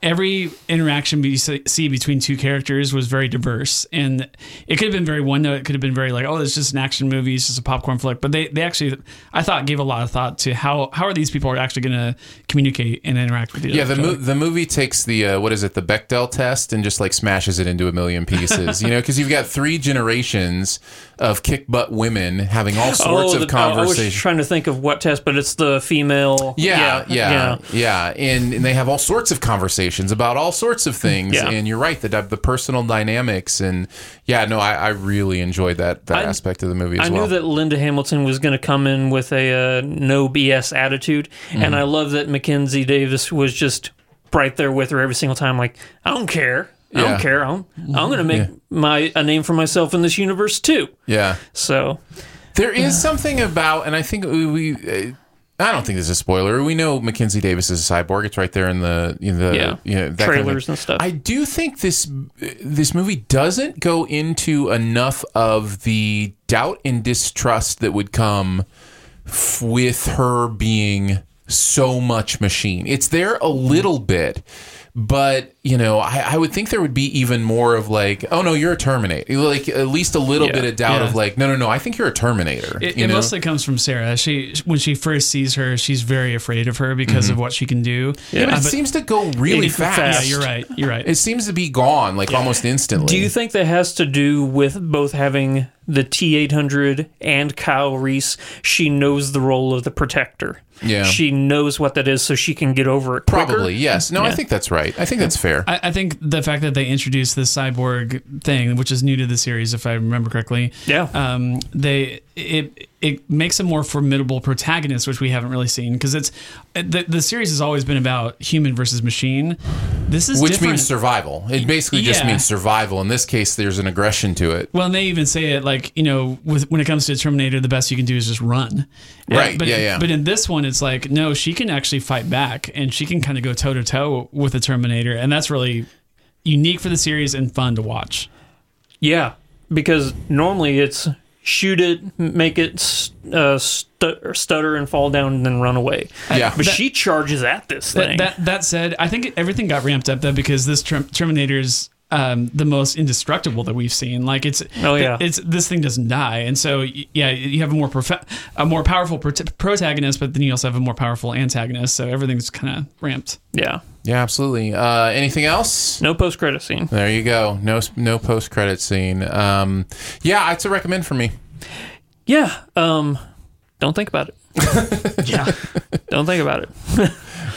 Speaker 5: every interaction we s- see between two characters was very diverse, and it could have been very one note. It could have been very like, oh, it's just an action movie, it's just a popcorn flick. But they they actually I thought gave a lot of thought to how how are these people are actually going to communicate and interact with each
Speaker 3: Yeah,
Speaker 5: other.
Speaker 3: the mo- the movie takes the uh, what is it the Bechdel test and just like smashes it into a million pieces. you know, because you've got three generations of kick butt women having all sorts
Speaker 4: oh,
Speaker 3: of
Speaker 4: the- I- I was
Speaker 3: conversations.
Speaker 4: trying to think of what test, but it's the female.
Speaker 3: Yeah, yeah, yeah, and and they have all sorts of conversations about all sorts of things.
Speaker 4: Yeah.
Speaker 3: And you're right, the di- the personal dynamics and yeah, no, I, I really enjoyed that that
Speaker 4: I-
Speaker 3: aspect of the movie as
Speaker 4: I
Speaker 3: well.
Speaker 4: knew that Linda Hamilton was going to come in with a uh, no BS attitude, and
Speaker 3: Mhm.
Speaker 4: I love that Mackenzie Davis was just right there with her every single time. Like, I don't care, I
Speaker 3: Yeah.
Speaker 4: don't care. I'm, I'm going to make
Speaker 3: Yeah.
Speaker 4: my a name for myself in this universe too.
Speaker 3: yeah.
Speaker 4: So
Speaker 3: There is something about, and I think we. we uh, I don't think this is a spoiler. We know Mackenzie Davis is a cyborg. It's right there in the in the
Speaker 4: Yeah.
Speaker 3: you know, Uh, that kind of
Speaker 4: Trailers
Speaker 3: thing.
Speaker 4: and stuff.
Speaker 3: I do think this this movie doesn't go into enough of the doubt and distrust that would come f-
Speaker 5: Mm-hmm.
Speaker 3: with her being so much machine. It's there a little bit, But you know, I, I would think there would be even more of like, oh no, you're a Terminator. Like at least a little
Speaker 5: Yeah.
Speaker 3: bit of doubt
Speaker 5: Yeah.
Speaker 3: of like, no, no, no, I think you're a Terminator.
Speaker 5: It,
Speaker 3: you
Speaker 5: it
Speaker 3: know?
Speaker 5: mostly comes from Sarah. She when she first sees her, she's very afraid of her because of what she can do.
Speaker 3: Mm-hmm. Yeah, but it
Speaker 5: Uh,
Speaker 3: seems to go really
Speaker 5: It-
Speaker 3: fast.
Speaker 5: Yeah, you're right. You're right.
Speaker 3: It seems to be gone like almost instantly.
Speaker 4: Do you think that has to do with both having the T eight hundred and Kyle Reese? She knows the role of the protector.
Speaker 3: Yeah.
Speaker 4: she knows what that is, so she can get over it. quicker.
Speaker 3: Probably yes. No, I
Speaker 4: Yeah.
Speaker 3: think that's right. I think that's fair.
Speaker 5: I, I think the fact that they introduced this cyborg thing, which is new to the series, if I remember correctly,
Speaker 4: yeah,
Speaker 5: um, they it it makes a more formidable protagonist, which we haven't really seen because it's the the series has always been about human versus machine. This is
Speaker 3: Which
Speaker 5: different.
Speaker 3: means survival. It basically just
Speaker 5: Yeah.
Speaker 3: means survival. In this case, there's an aggression to it.
Speaker 5: Well, and they even say it like you know, with, when it comes to Terminator, the best you can do is just run.
Speaker 3: Right,
Speaker 5: But
Speaker 3: yeah, yeah.
Speaker 5: But in this one, it's like no, she can actually fight back, and she can kind of go toe to toe with the Terminator, and that's really unique for the series and fun to watch.
Speaker 4: yeah. Because normally it's shoot it, m- make it s- uh, stu- stutter and fall down, and then run away.
Speaker 3: Yeah.
Speaker 4: but
Speaker 5: That-
Speaker 4: she charges at this
Speaker 5: That,
Speaker 4: thing.
Speaker 5: that that said, I think everything got ramped up though because this term, Terminator's um, the most indestructible that we've seen. Like it's
Speaker 4: Oh, yeah.
Speaker 5: it's this thing doesn't die, and so y- yeah, you have a more prof- a more powerful prot- protagonist, but then you also have a more powerful antagonist. So everything's kind of ramped.
Speaker 4: yeah,
Speaker 3: Yeah, absolutely. Uh, anything else?
Speaker 4: no post credit scene.
Speaker 3: There you go. No, no post credit scene. Um, yeah, it's a recommend for me.
Speaker 4: Yeah, um, don't think about it. yeah, don't think about it.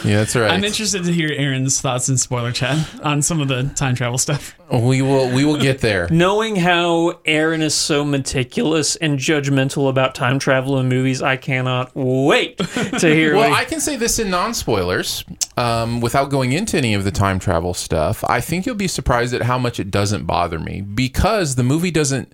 Speaker 3: Yeah, that's all right.
Speaker 5: I'm interested to hear Aaron's thoughts in spoiler chat on some of the time travel stuff.
Speaker 3: we will. We will get there.
Speaker 4: Knowing how Aaron is so meticulous and judgmental about time travel in movies, I cannot wait to hear.
Speaker 3: Well,
Speaker 4: what
Speaker 3: I can say this in non spoilers, um, without going into any of the time travel stuff. I think you'll be surprised at how much it doesn't bother me because the movie doesn't.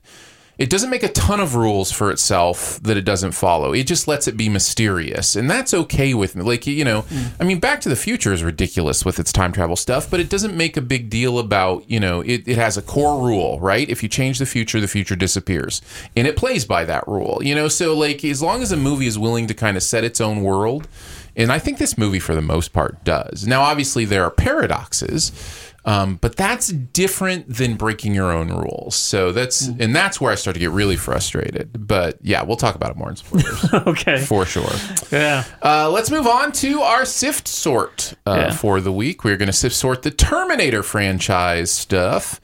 Speaker 3: It doesn't make a ton of rules for itself that it doesn't follow. It just lets it be mysterious, and that's okay with me. Like you know, I mean, Back to the Future is ridiculous with its time travel stuff, but it doesn't make a big deal about you know. It, it has a core rule, right? If you change the future, the future disappears, and it plays by that rule. You know, so like as long as a movie is willing to kind of set its own world, and I think this movie, for the most part, does. Now, obviously, there are paradoxes, um, but that's different than breaking your own rules. So that's
Speaker 4: Mm-hmm.
Speaker 3: and that's where I start to get really frustrated. But yeah, we'll talk about it more in spoilers
Speaker 4: okay.
Speaker 3: for sure.
Speaker 4: Yeah.
Speaker 3: Uh, let's move on to our sift sort uh,
Speaker 4: Yeah.
Speaker 3: for the week. We're going to sift sort the Terminator franchise stuff.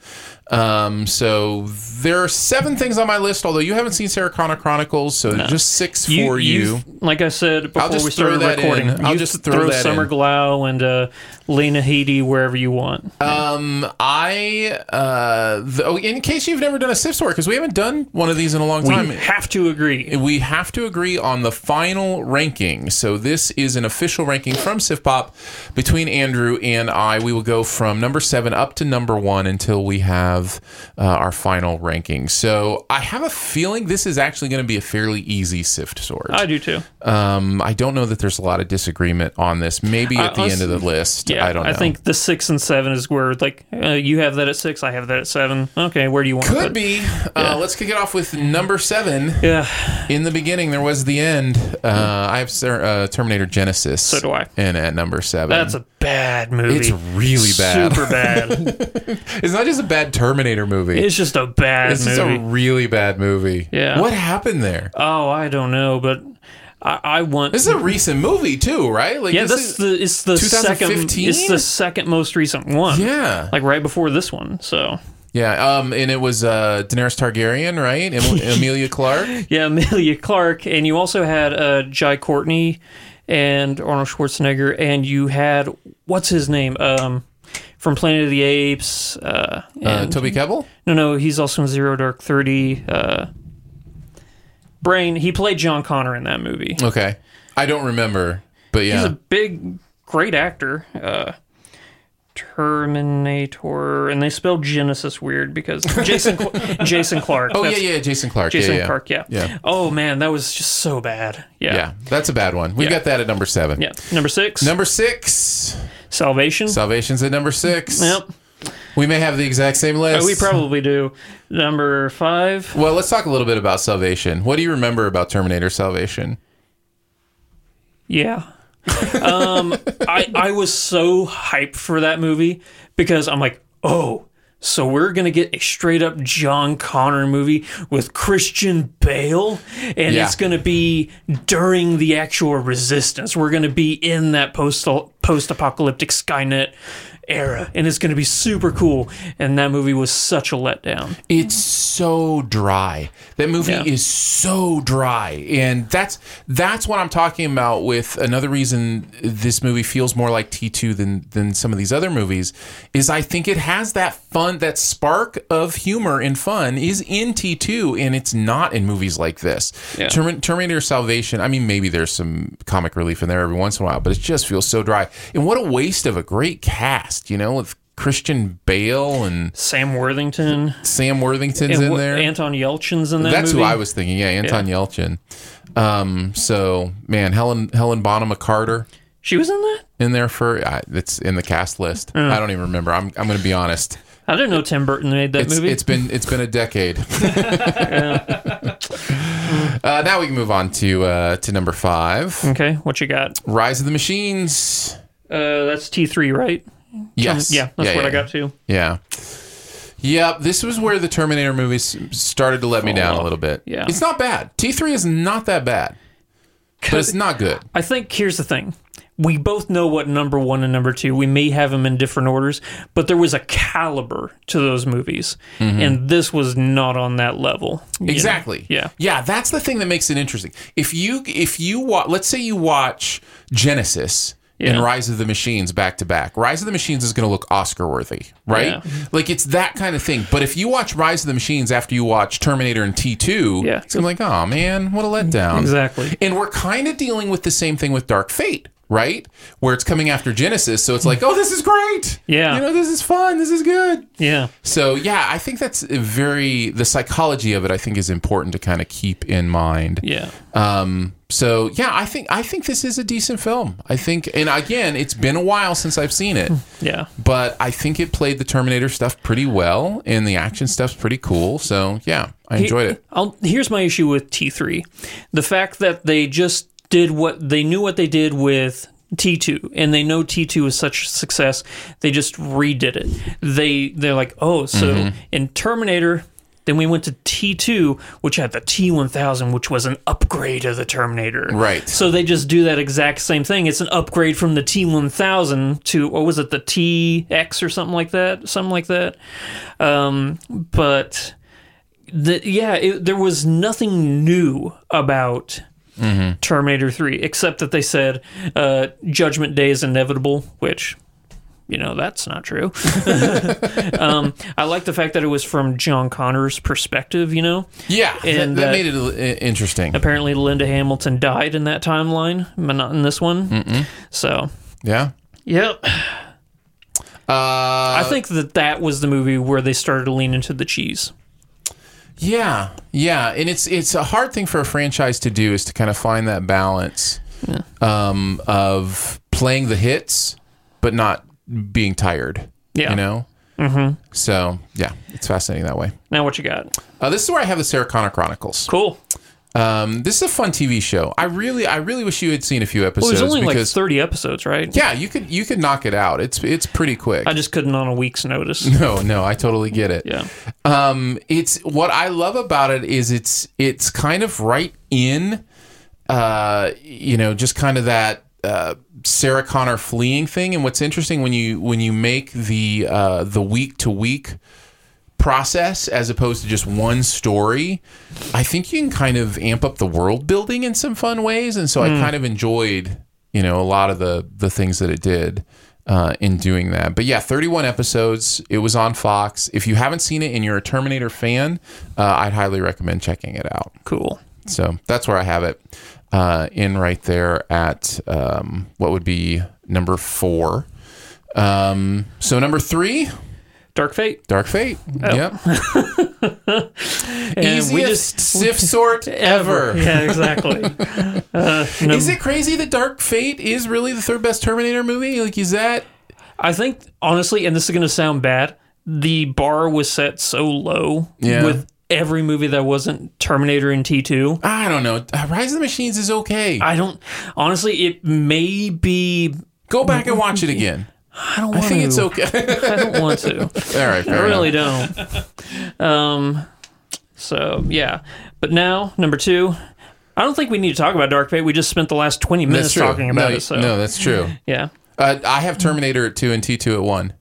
Speaker 3: Um, so there are seven things on my list, although you haven't seen Sarah Connor Chronicles, so just six for you.
Speaker 4: you've- Like I said before
Speaker 3: just
Speaker 4: we started
Speaker 3: throw that
Speaker 4: recording,
Speaker 3: in. I'll
Speaker 4: you
Speaker 3: just
Speaker 4: throw,
Speaker 3: throw that
Speaker 4: Summer
Speaker 3: in.
Speaker 4: Glau and uh, Lena Headey wherever you want.
Speaker 3: Um, I uh, the, oh, in case you've never done a sift sort, because we haven't done one of these in a long
Speaker 4: we
Speaker 3: time.
Speaker 4: have to agree.
Speaker 3: we have to agree on the final ranking. So this is an official ranking from Pop between Andrew and I. We will go from number seven up to number one until we have uh, our final ranking. So I have a feeling this is actually going to be a fairly easy sift sort.
Speaker 4: I do too.
Speaker 3: Um, I don't know that there's a lot of disagreement on this. Maybe at
Speaker 4: I
Speaker 3: the end
Speaker 4: honestly-
Speaker 3: of the list.
Speaker 4: Yeah,
Speaker 3: I don't know.
Speaker 4: think the six and seven is where like uh, you have that at six, I have that at seven. Okay, where do you want? to
Speaker 3: Could
Speaker 4: put?
Speaker 3: be. Uh, let's kick it off with number seven.
Speaker 4: Yeah,
Speaker 3: In the beginning, there was the end. Uh, I have Ser- uh, Terminator Genesis.
Speaker 4: Mm-hmm. So do I.
Speaker 3: And at number seven,
Speaker 4: that's a bad movie.
Speaker 3: It's really bad.
Speaker 4: Super bad.
Speaker 3: it's not just a bad Terminator movie.
Speaker 4: it's just a bad
Speaker 3: It's just
Speaker 4: movie.
Speaker 3: a really bad movie.
Speaker 4: Yeah.
Speaker 3: What happened there?
Speaker 4: Oh, I don't know, but I, I want.
Speaker 3: This is a recent movie too, right? Like
Speaker 4: yeah,
Speaker 3: this
Speaker 4: that's the it's the second
Speaker 3: 2015?
Speaker 4: it's the second most recent one.
Speaker 3: Yeah.
Speaker 4: like right before this one. So
Speaker 3: yeah. Um, and it was uh, Daenerys Targaryen, right? Em- Amelia Clark.
Speaker 4: yeah, Amelia Clark, and you also had uh, Jai Courtney and Arnold Schwarzenegger, and you had what's his name um, from Planet of the Apes. Uh,
Speaker 3: Uh,
Speaker 4: and,
Speaker 3: Toby Kebbell.
Speaker 4: no, no, he's also in Zero Dark Thirty. Uh, Brain. He played John Connor in that movie.
Speaker 3: Okay. I don't remember, but yeah.
Speaker 4: He's a big, great actor. Uh, Terminator, and they spelled Genesis weird because Jason Cl- Jason Clark.
Speaker 3: oh yeah,
Speaker 4: that's-
Speaker 3: yeah. Jason Clark.
Speaker 4: Jason
Speaker 3: yeah, yeah.
Speaker 4: Clark. Yeah.
Speaker 3: Yeah.
Speaker 4: Oh man, that was just so bad.
Speaker 3: Yeah.
Speaker 4: Yeah.
Speaker 3: That's a bad one. We
Speaker 4: Yeah.
Speaker 3: got that at number seven.
Speaker 4: Yeah. Number six.
Speaker 3: Number six.
Speaker 4: Salvation.
Speaker 3: Salvation's at number six.
Speaker 4: yep.
Speaker 3: We may have the exact same list.
Speaker 4: Uh, We probably do. Number five.
Speaker 3: Well, let's talk a little bit about Salvation. What do you remember about Terminator Salvation?
Speaker 4: Yeah. Um, I I was so hyped for that movie because I'm like, oh, so we're gonna get a straight up John Connor movie with Christian Bale, and
Speaker 3: Yeah.
Speaker 4: it's gonna be during the actual Resistance. We're gonna be in that post post apocalyptic Skynet era, and it's gonna be super cool. And that movie was such a letdown.
Speaker 3: It's so dry. That movie is so dry, and that's that's what I'm talking about. With another reason, this movie feels more like T2 than than some of these other movies is I think it has that fun, that spark of humor and fun is in T2, and it's not in movies like this.
Speaker 4: Yeah.
Speaker 3: Termin- Terminator Salvation. I mean, maybe there's some comic relief in there every once in a while, but it just feels so dry. And what a waste of a great cast, you know, with Christian Bale and
Speaker 4: Sam Worthington.
Speaker 3: Sam Worthington's
Speaker 4: And
Speaker 3: in
Speaker 4: wh-
Speaker 3: there.
Speaker 4: Anton Yelchin's in that
Speaker 3: That's
Speaker 4: movie.
Speaker 3: who I was thinking. Yeah, Anton Yelchin. Um, so man, Helen Helen Bonham Carter
Speaker 4: She was in that.
Speaker 3: in there for I it's in the cast list.
Speaker 4: Uh.
Speaker 3: I don't even remember. I'm I'm going to be honest.
Speaker 4: I didn't know Tim Burton made that
Speaker 3: It's,
Speaker 4: movie.
Speaker 3: it's been it's been a decade. uh, now we can move on to uh, to number five,
Speaker 4: okay, what you got?
Speaker 3: Rise of the Machines.
Speaker 4: Uh, that's T three, right?
Speaker 3: Yes.
Speaker 4: Yeah, that's
Speaker 3: Yeah, yeah,
Speaker 4: what I got too.
Speaker 3: Yeah. Yep, this was where the Terminator movies started to let me down a little bit.
Speaker 4: Yeah.
Speaker 3: It's not bad. T3 is not that bad. But it's not good.
Speaker 4: I think here's the thing. We both know what number one and number two. We may have them in different orders, but there was a caliber to those movies, and this was not on that level. you know?
Speaker 3: Mm-hmm. Exactly.
Speaker 4: Yeah.
Speaker 3: Yeah, that's the thing that makes it interesting. If you if you watch, let's say you watch Genesis and
Speaker 4: Yeah.
Speaker 3: Rise of the Machines back to back. Rise of the Machines is going to look Oscar worthy, right?
Speaker 4: Yeah. Mm-hmm.
Speaker 3: Like it's that kind of thing. But if you watch Rise of the Machines after you watch Terminator and T2,
Speaker 4: Yeah. Mm-hmm.
Speaker 3: it's gonna be like, "Oh man, what a letdown."
Speaker 4: Exactly.
Speaker 3: And we're kind of dealing with the same thing with Dark Fate, right? Where it's coming after Genesis, so it's like, "Oh, this is great."
Speaker 4: Yeah.
Speaker 3: You know, this is fun. This is good.
Speaker 4: Yeah.
Speaker 3: So yeah, I think that's a very the psychology of it. I think is important to kind of keep in mind.
Speaker 4: Yeah.
Speaker 3: Um. So yeah, I think I think this is a decent film. I think, and again, it's been a while since I've seen it,
Speaker 4: Yeah.
Speaker 3: but I think it played the Terminator stuff pretty well, and the action stuff's pretty cool. So yeah, I enjoyed it.
Speaker 4: I'll, here's my issue with T3 the fact that they just did what they knew what they did with T2 and they know T2 is such a success they just redid it they they're like oh so
Speaker 3: Mm-hmm.
Speaker 4: in Terminator then we went to T2 which had the T1000 which was an upgrade of the Terminator
Speaker 3: Right.
Speaker 4: so they just do that exact same thing it's an upgrade from the T1000 to what was it the TX or something like that something like that um but the, yeah, it, there was nothing new about Terminator 3, except that they said uh, Judgment Day is inevitable, which, you know, that's not true. um, I like the fact that it was from John Connor's perspective, you know?
Speaker 3: Yeah, that-
Speaker 4: And,
Speaker 3: that,
Speaker 4: uh,
Speaker 3: made it a- i- interesting.
Speaker 4: Apparently, Linda Hamilton died in that timeline, but not in this one. So,
Speaker 3: Yeah.
Speaker 4: yep.
Speaker 3: Uh,
Speaker 4: I think that that was the movie where they started to lean into the cheese.
Speaker 3: Yeah, yeah, and it's it's a hard thing for a franchise to do is to kind of find that balance um, of playing the hits but not being tired.
Speaker 4: Yeah.
Speaker 3: you know. Mm-hmm. So yeah, it's fascinating that way.
Speaker 4: Now, what you got?
Speaker 3: Uh, this is where I have the Sarah Connor Chronicles.
Speaker 4: Cool.
Speaker 3: Um, this is a fun TV show. I really, I really wish you had seen a few
Speaker 4: Well,
Speaker 3: episodes
Speaker 4: there's only like
Speaker 3: because
Speaker 4: 30 episodes, right?
Speaker 3: yeah, you could you could knock it out. It's it's pretty quick.
Speaker 4: I just couldn't on a week's notice.
Speaker 3: no, no, I totally get it.
Speaker 4: Yeah.
Speaker 3: um it's what i love about it is it's it's kind of right in uh you know just kind of that uh sarah connor fleeing thing and what's interesting when you when you make the uh the week to week process as opposed to just one story i think you can kind of amp up the world building in some fun ways and so i kind of enjoyed you know a lot of the the things that it did uh, in doing that but yeah 31 episodes it was on fox if you haven't seen it and you're a terminator fan uh, i'd highly recommend checking it out
Speaker 4: Cool.
Speaker 3: so that's where i have it uh, in right there at um, what would be number four um, so number three
Speaker 4: Dark Fate.
Speaker 3: Dark Fate. Yep. Easiest
Speaker 4: Oh. we just-
Speaker 3: sif sort ever.
Speaker 4: Yeah, exactly. uh, no,
Speaker 3: Is it crazy that Dark Fate is really the third best Terminator movie? Like, is that?
Speaker 4: I think honestly, and this is going to sound bad, the bar was set so low
Speaker 3: Yeah.
Speaker 4: with every movie that wasn't Terminator and T2.
Speaker 3: I don't know. Uh, Rise of the Machines is okay.
Speaker 4: I don't honestly it may be
Speaker 3: Go back and watch it again.
Speaker 4: I don't
Speaker 3: I
Speaker 4: want
Speaker 3: think
Speaker 4: to.
Speaker 3: it's okay.
Speaker 4: I don't want to.
Speaker 3: All right, fair
Speaker 4: I really don't. Um, so yeah, but now number two, I don't think we need to talk about Dark Fate. We just spent the last twenty minutes
Speaker 3: That's true.
Speaker 4: talking about
Speaker 3: no,
Speaker 4: it. So
Speaker 3: no, that's true.
Speaker 4: yeah,
Speaker 3: Uh, I have Terminator at two and T two at one.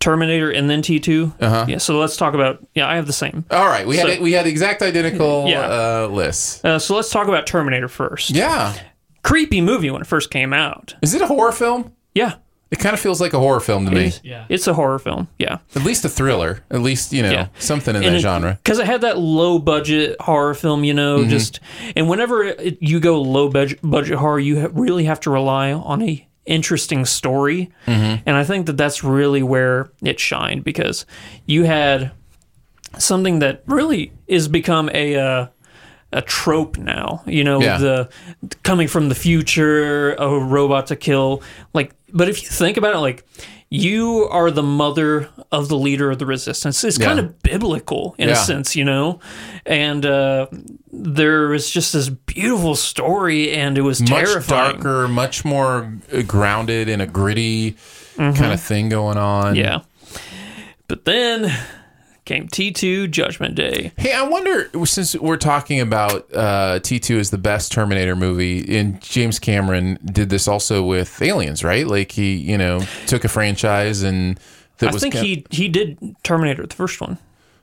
Speaker 4: Terminator and then T 2
Speaker 3: Uh-huh.
Speaker 4: Yeah, so let's talk about. Yeah, I have the same.
Speaker 3: All right, we had
Speaker 4: So-
Speaker 3: we had exact identical
Speaker 4: Yeah.
Speaker 3: uh, lists.
Speaker 4: Uh, so let's talk about Terminator first.
Speaker 3: Yeah,
Speaker 4: creepy movie when it first came out.
Speaker 3: is it a horror film?
Speaker 4: Yeah,
Speaker 3: It kind of feels like a horror film to me.
Speaker 5: Yeah.
Speaker 4: it's a horror film. Yeah.
Speaker 3: At least a thriller. At least you know
Speaker 4: Yeah.
Speaker 3: something in that genre. Mm-hmm.
Speaker 4: Because it had that low budget horror film, you know, just and whenever it, you go low budget budget horror, you ha- really have to rely on a interesting story,
Speaker 3: Mm-hmm.
Speaker 4: and I think that that's really where it shined because you had something that really is become a. Uh, a trope now, you know,
Speaker 3: Yeah.
Speaker 4: the coming from the future, a robot to kill. Like, but if you think about it, like, you are the mother of the leader of the resistance. It's kind
Speaker 3: Yeah.
Speaker 4: of biblical in
Speaker 3: Yeah.
Speaker 4: a sense, you know? And uh, there was just this beautiful story, and it was
Speaker 3: Much
Speaker 4: terrifying.
Speaker 3: darker, much more uh, grounded in a gritty kind of thing going on.
Speaker 4: Mm-hmm. Yeah. But then came T2 Judgment Day.
Speaker 3: Hey, I wonder since we're talking about uh, T2 is the best Terminator movie, and James Cameron did this also with Aliens, right? Like he, you know, took a franchise and that
Speaker 4: I
Speaker 3: was
Speaker 4: think
Speaker 3: kind-
Speaker 4: he, he did Terminator, the first one.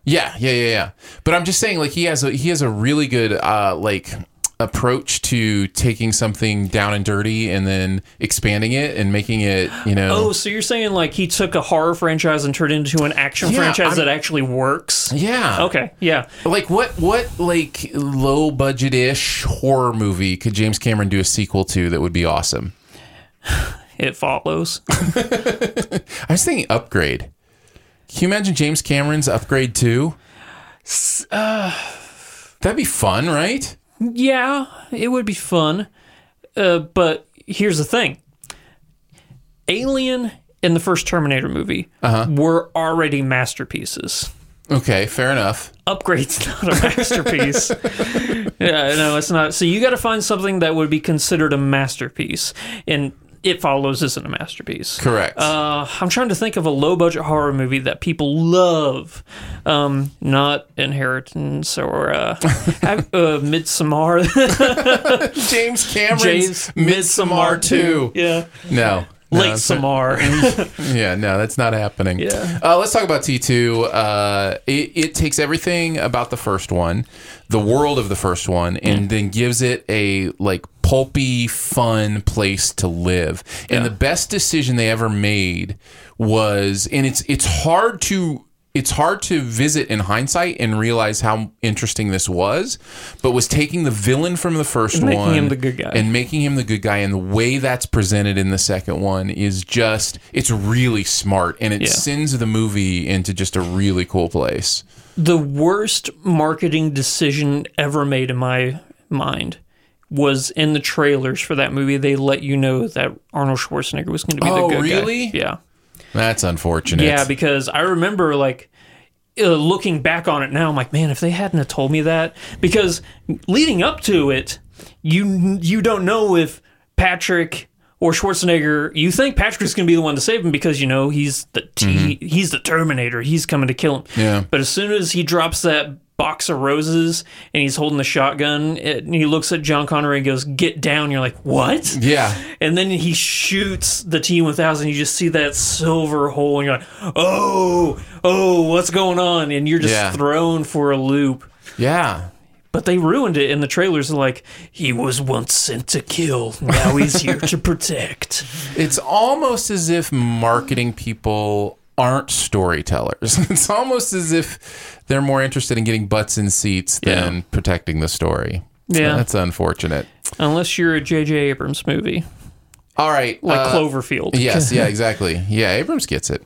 Speaker 3: Yeah, yeah, yeah, yeah. But I'm just saying, like he has a he has a really good uh, like approach to taking something down and dirty and then expanding it and making it, you know.
Speaker 4: Oh, so you're saying like he took a horror franchise and turned it into an action
Speaker 3: Yeah,
Speaker 4: franchise
Speaker 3: I'm-
Speaker 4: that actually works?
Speaker 3: yeah.
Speaker 4: Okay, yeah.
Speaker 3: Like what what like low budget ish horror movie could James Cameron do a sequel to that would be awesome?
Speaker 4: It follows.
Speaker 3: I was thinking upgrade. Can you imagine James Cameron's upgrade too?
Speaker 4: uh,
Speaker 3: That'd be fun, right?
Speaker 4: Yeah, it would be fun. Uh, but here's the thing Alien and the first Terminator movie were already masterpieces.
Speaker 3: Okay, fair enough.
Speaker 4: Upgrade's not a masterpiece. yeah, no, it's not. So you got to find something that would be considered a masterpiece. And It Follows isn't a masterpiece.
Speaker 3: Correct.
Speaker 4: Uh, I'm trying to think of a low budget horror movie that people love. Um, not Inheritance or uh, have, uh, Midsommar.
Speaker 3: James Cameron's
Speaker 4: James
Speaker 3: Midsommar 2.
Speaker 4: Yeah.
Speaker 3: No. No,
Speaker 4: Late
Speaker 3: it's not-
Speaker 4: Samar.
Speaker 3: Yeah, no, that's not happening.
Speaker 4: Yeah.
Speaker 3: Uh, let's talk about T2. Uh, it, it takes everything about the first one, the world of the first one, and then gives it a like pulpy, fun place to live. And the best decision they ever made was, and it's it's hard to. It's hard to visit in hindsight and realize how interesting this was, but was taking the villain from the first
Speaker 4: And making
Speaker 3: one
Speaker 4: him the good guy.
Speaker 3: and making him the good guy and the way that's presented in the second one is just it's really smart and it
Speaker 4: Yeah.
Speaker 3: sends the movie into just a really cool place
Speaker 4: the worst marketing decision ever made in my mind was in the trailers for that movie. They let you know that Arnold Schwarzenegger was going to be
Speaker 3: Oh,
Speaker 4: the good
Speaker 3: really?
Speaker 4: guy. Yeah.
Speaker 3: that's unfortunate
Speaker 4: Yeah, because I remember like uh, looking back on it now, I'm like, man, if they hadn't have told me that, because leading up to it, you you don't know if Patrick or Schwarzenegger. You think Patrick's going to be the one to save him because you know he's the t- he's the Terminator. He's coming to kill him.
Speaker 3: Mm-hmm. Yeah.
Speaker 4: But as soon as he drops that box of roses and he's holding the shotgun it, and he looks at John Connery and goes, "Get down." You're like, "What?"
Speaker 3: yeah
Speaker 4: And then he shoots the T one thousand. You just see that silver hole, and you're like, "Oh, oh, what's going on?" And you're just
Speaker 3: Yeah.
Speaker 4: thrown for a loop.
Speaker 3: yeah
Speaker 4: But they ruined it in the trailers. They're Like he was once sent to kill, now he's here to protect.
Speaker 3: it's almost as if marketing people aren't storytellers it's almost as if they're more interested in getting butts in seats than
Speaker 4: Yeah.
Speaker 3: protecting the story
Speaker 4: Yeah.
Speaker 3: that's unfortunate
Speaker 4: Unless you're a J.J. Abrams movie,
Speaker 3: all right
Speaker 4: like
Speaker 3: uh,
Speaker 4: Cloverfield.
Speaker 3: Yes, yeah, exactly. Yeah, Abrams gets it.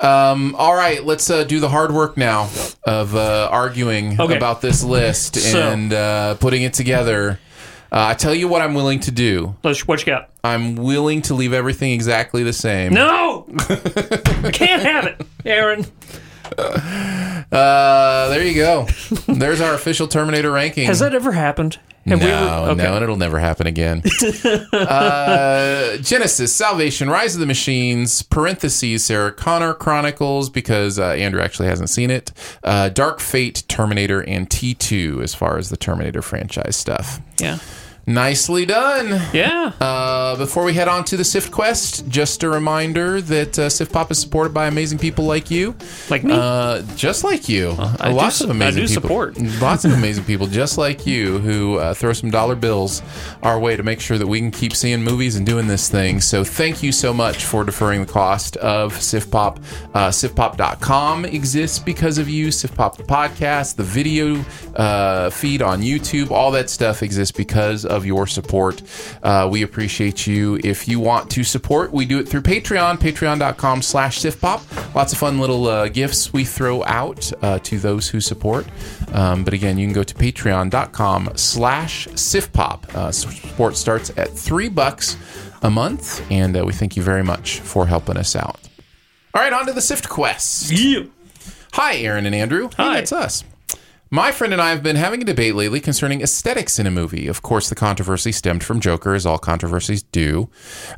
Speaker 3: Um, all right, let's uh, do the hard work now of uh, arguing
Speaker 4: Okay.
Speaker 3: about this list
Speaker 4: So-
Speaker 3: and uh, putting it together. Uh, I tell you what I'm willing to do.
Speaker 4: Let's- What you got?
Speaker 3: I'm willing to leave everything exactly the same.
Speaker 4: No, I can't have it, Aaron.
Speaker 3: Uh, there you go. There's our official Terminator ranking.
Speaker 4: Has that ever happened?
Speaker 3: no,
Speaker 4: Have we ever- okay.
Speaker 3: no, and it'll never happen again. uh, Genesis, Salvation, Rise of the Machines, parentheses, Sarah Connor Chronicles, because uh, Andrew actually hasn't seen it, uh, Dark Fate, Terminator, and T2 as far as the Terminator franchise stuff.
Speaker 4: Yeah.
Speaker 3: Nicely done.
Speaker 4: Yeah.
Speaker 3: Uh, before we head on to the Sift Quest, just a reminder that uh, Sift Pop is supported by amazing people like you,
Speaker 4: like me,
Speaker 3: uh, just like you.
Speaker 4: Uh, I do
Speaker 3: lots
Speaker 4: su-
Speaker 3: of amazing
Speaker 4: I do
Speaker 3: people.
Speaker 4: support.
Speaker 3: Lots of amazing people just like you who uh, throw some dollar bills our way to make sure that we can keep seeing movies and doing this thing. So thank you so much for deferring the cost of Sif Pop. Uh, SifPop.com exists because of you. Sif Pop the podcast, the video uh, feed on YouTube, all that stuff exists because of your support. Uh, we appreciate you. If you want to support, we do it through Patreon, patreon.com slash SifPop. Lots of fun little uh, gifts we throw out uh, to those who support. Um, but again, you can go to patreon.com slash SifPop. Uh, support starts at three bucks a month, and uh, we thank you very much for helping us out. All right, on to the Sift Quest. Hi, Aaron and Andrew. Hi. that's us. My friend and I have been having a debate lately concerning aesthetics in a movie. Of course, the controversy stemmed from Joker, as all controversies do.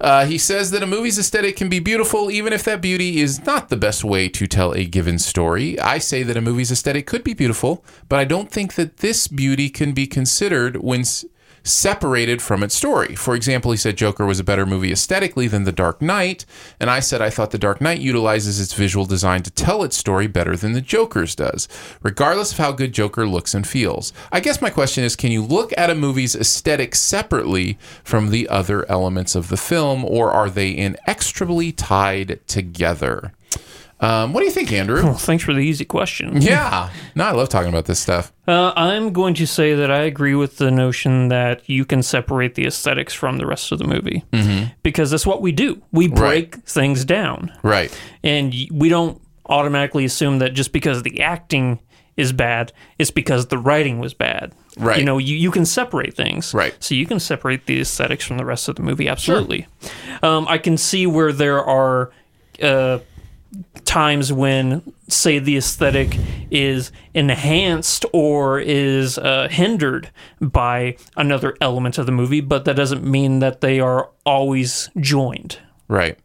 Speaker 3: Uh, he says that a movie's aesthetic can be beautiful, even if that beauty is not the best way to tell a given story. I say that a movie's aesthetic could be beautiful, but I don't think that this beauty can be considered when. S- separated from its story. For example, he said Joker was a better movie aesthetically than The Dark Knight, and I said I thought The Dark Knight utilizes its visual design to tell its story better than The Joker's does, regardless of how good Joker looks and feels. I guess my question is can you look at a movie's aesthetic separately from the other elements of the film, or are they inextricably tied together? Um, what do you think, Andrew?
Speaker 4: Well, thanks for the easy question.
Speaker 3: Yeah. No, I love talking about this stuff.
Speaker 4: Uh, I'm going to say that I agree with the notion that you can separate the aesthetics from the rest of the movie because that's what we do. We break things down,
Speaker 3: Right.
Speaker 4: and y- we don't automatically assume that just because the acting is bad, it's because the writing was bad.
Speaker 3: Right.
Speaker 4: You know, you, you can separate things.
Speaker 3: Right.
Speaker 4: So you can separate the aesthetics from the rest of the movie. Absolutely. Um, I can see where there are. Uh, times when, say, the aesthetic is enhanced or is uh, hindered by another element of the movie, but that doesn't mean that they are always joined.
Speaker 3: Right.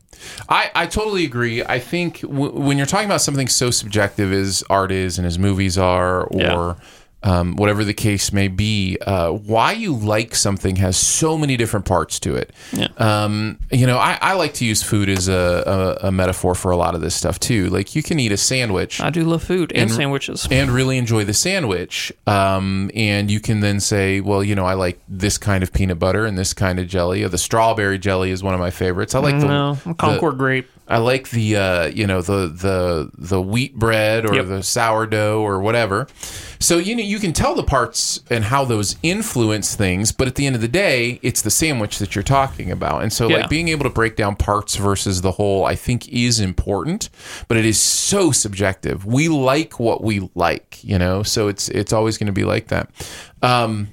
Speaker 3: I, I totally agree. I think w- when you're talking about something so subjective as art is and as movies are, or
Speaker 4: Yeah.
Speaker 3: um, whatever the case may be, uh, why you like something has so many different parts to it.
Speaker 4: Yeah.
Speaker 3: Um, you know, I, I like to use food as a, a, a metaphor for a lot of this stuff too. Like you can eat a sandwich
Speaker 4: I do love food and, sandwiches.
Speaker 3: and really enjoy the sandwich. Um, and you can then say, well, you know, I like this kind of peanut butter and this kind of jelly. Or the strawberry jelly is one of my favorites. I like the
Speaker 4: no, Concord grape.
Speaker 3: I like the uh, you know the the the wheat bread or
Speaker 4: Yep.
Speaker 3: the sourdough or whatever. So you know you can tell the parts and how those influence things, but at the end of the day, it's the sandwich that you're talking about. And so
Speaker 4: Yeah.
Speaker 3: like being able to break down parts versus the whole, I think is important, but it is so subjective. We like what we like, you know. So it's it's always going to be like that. Um,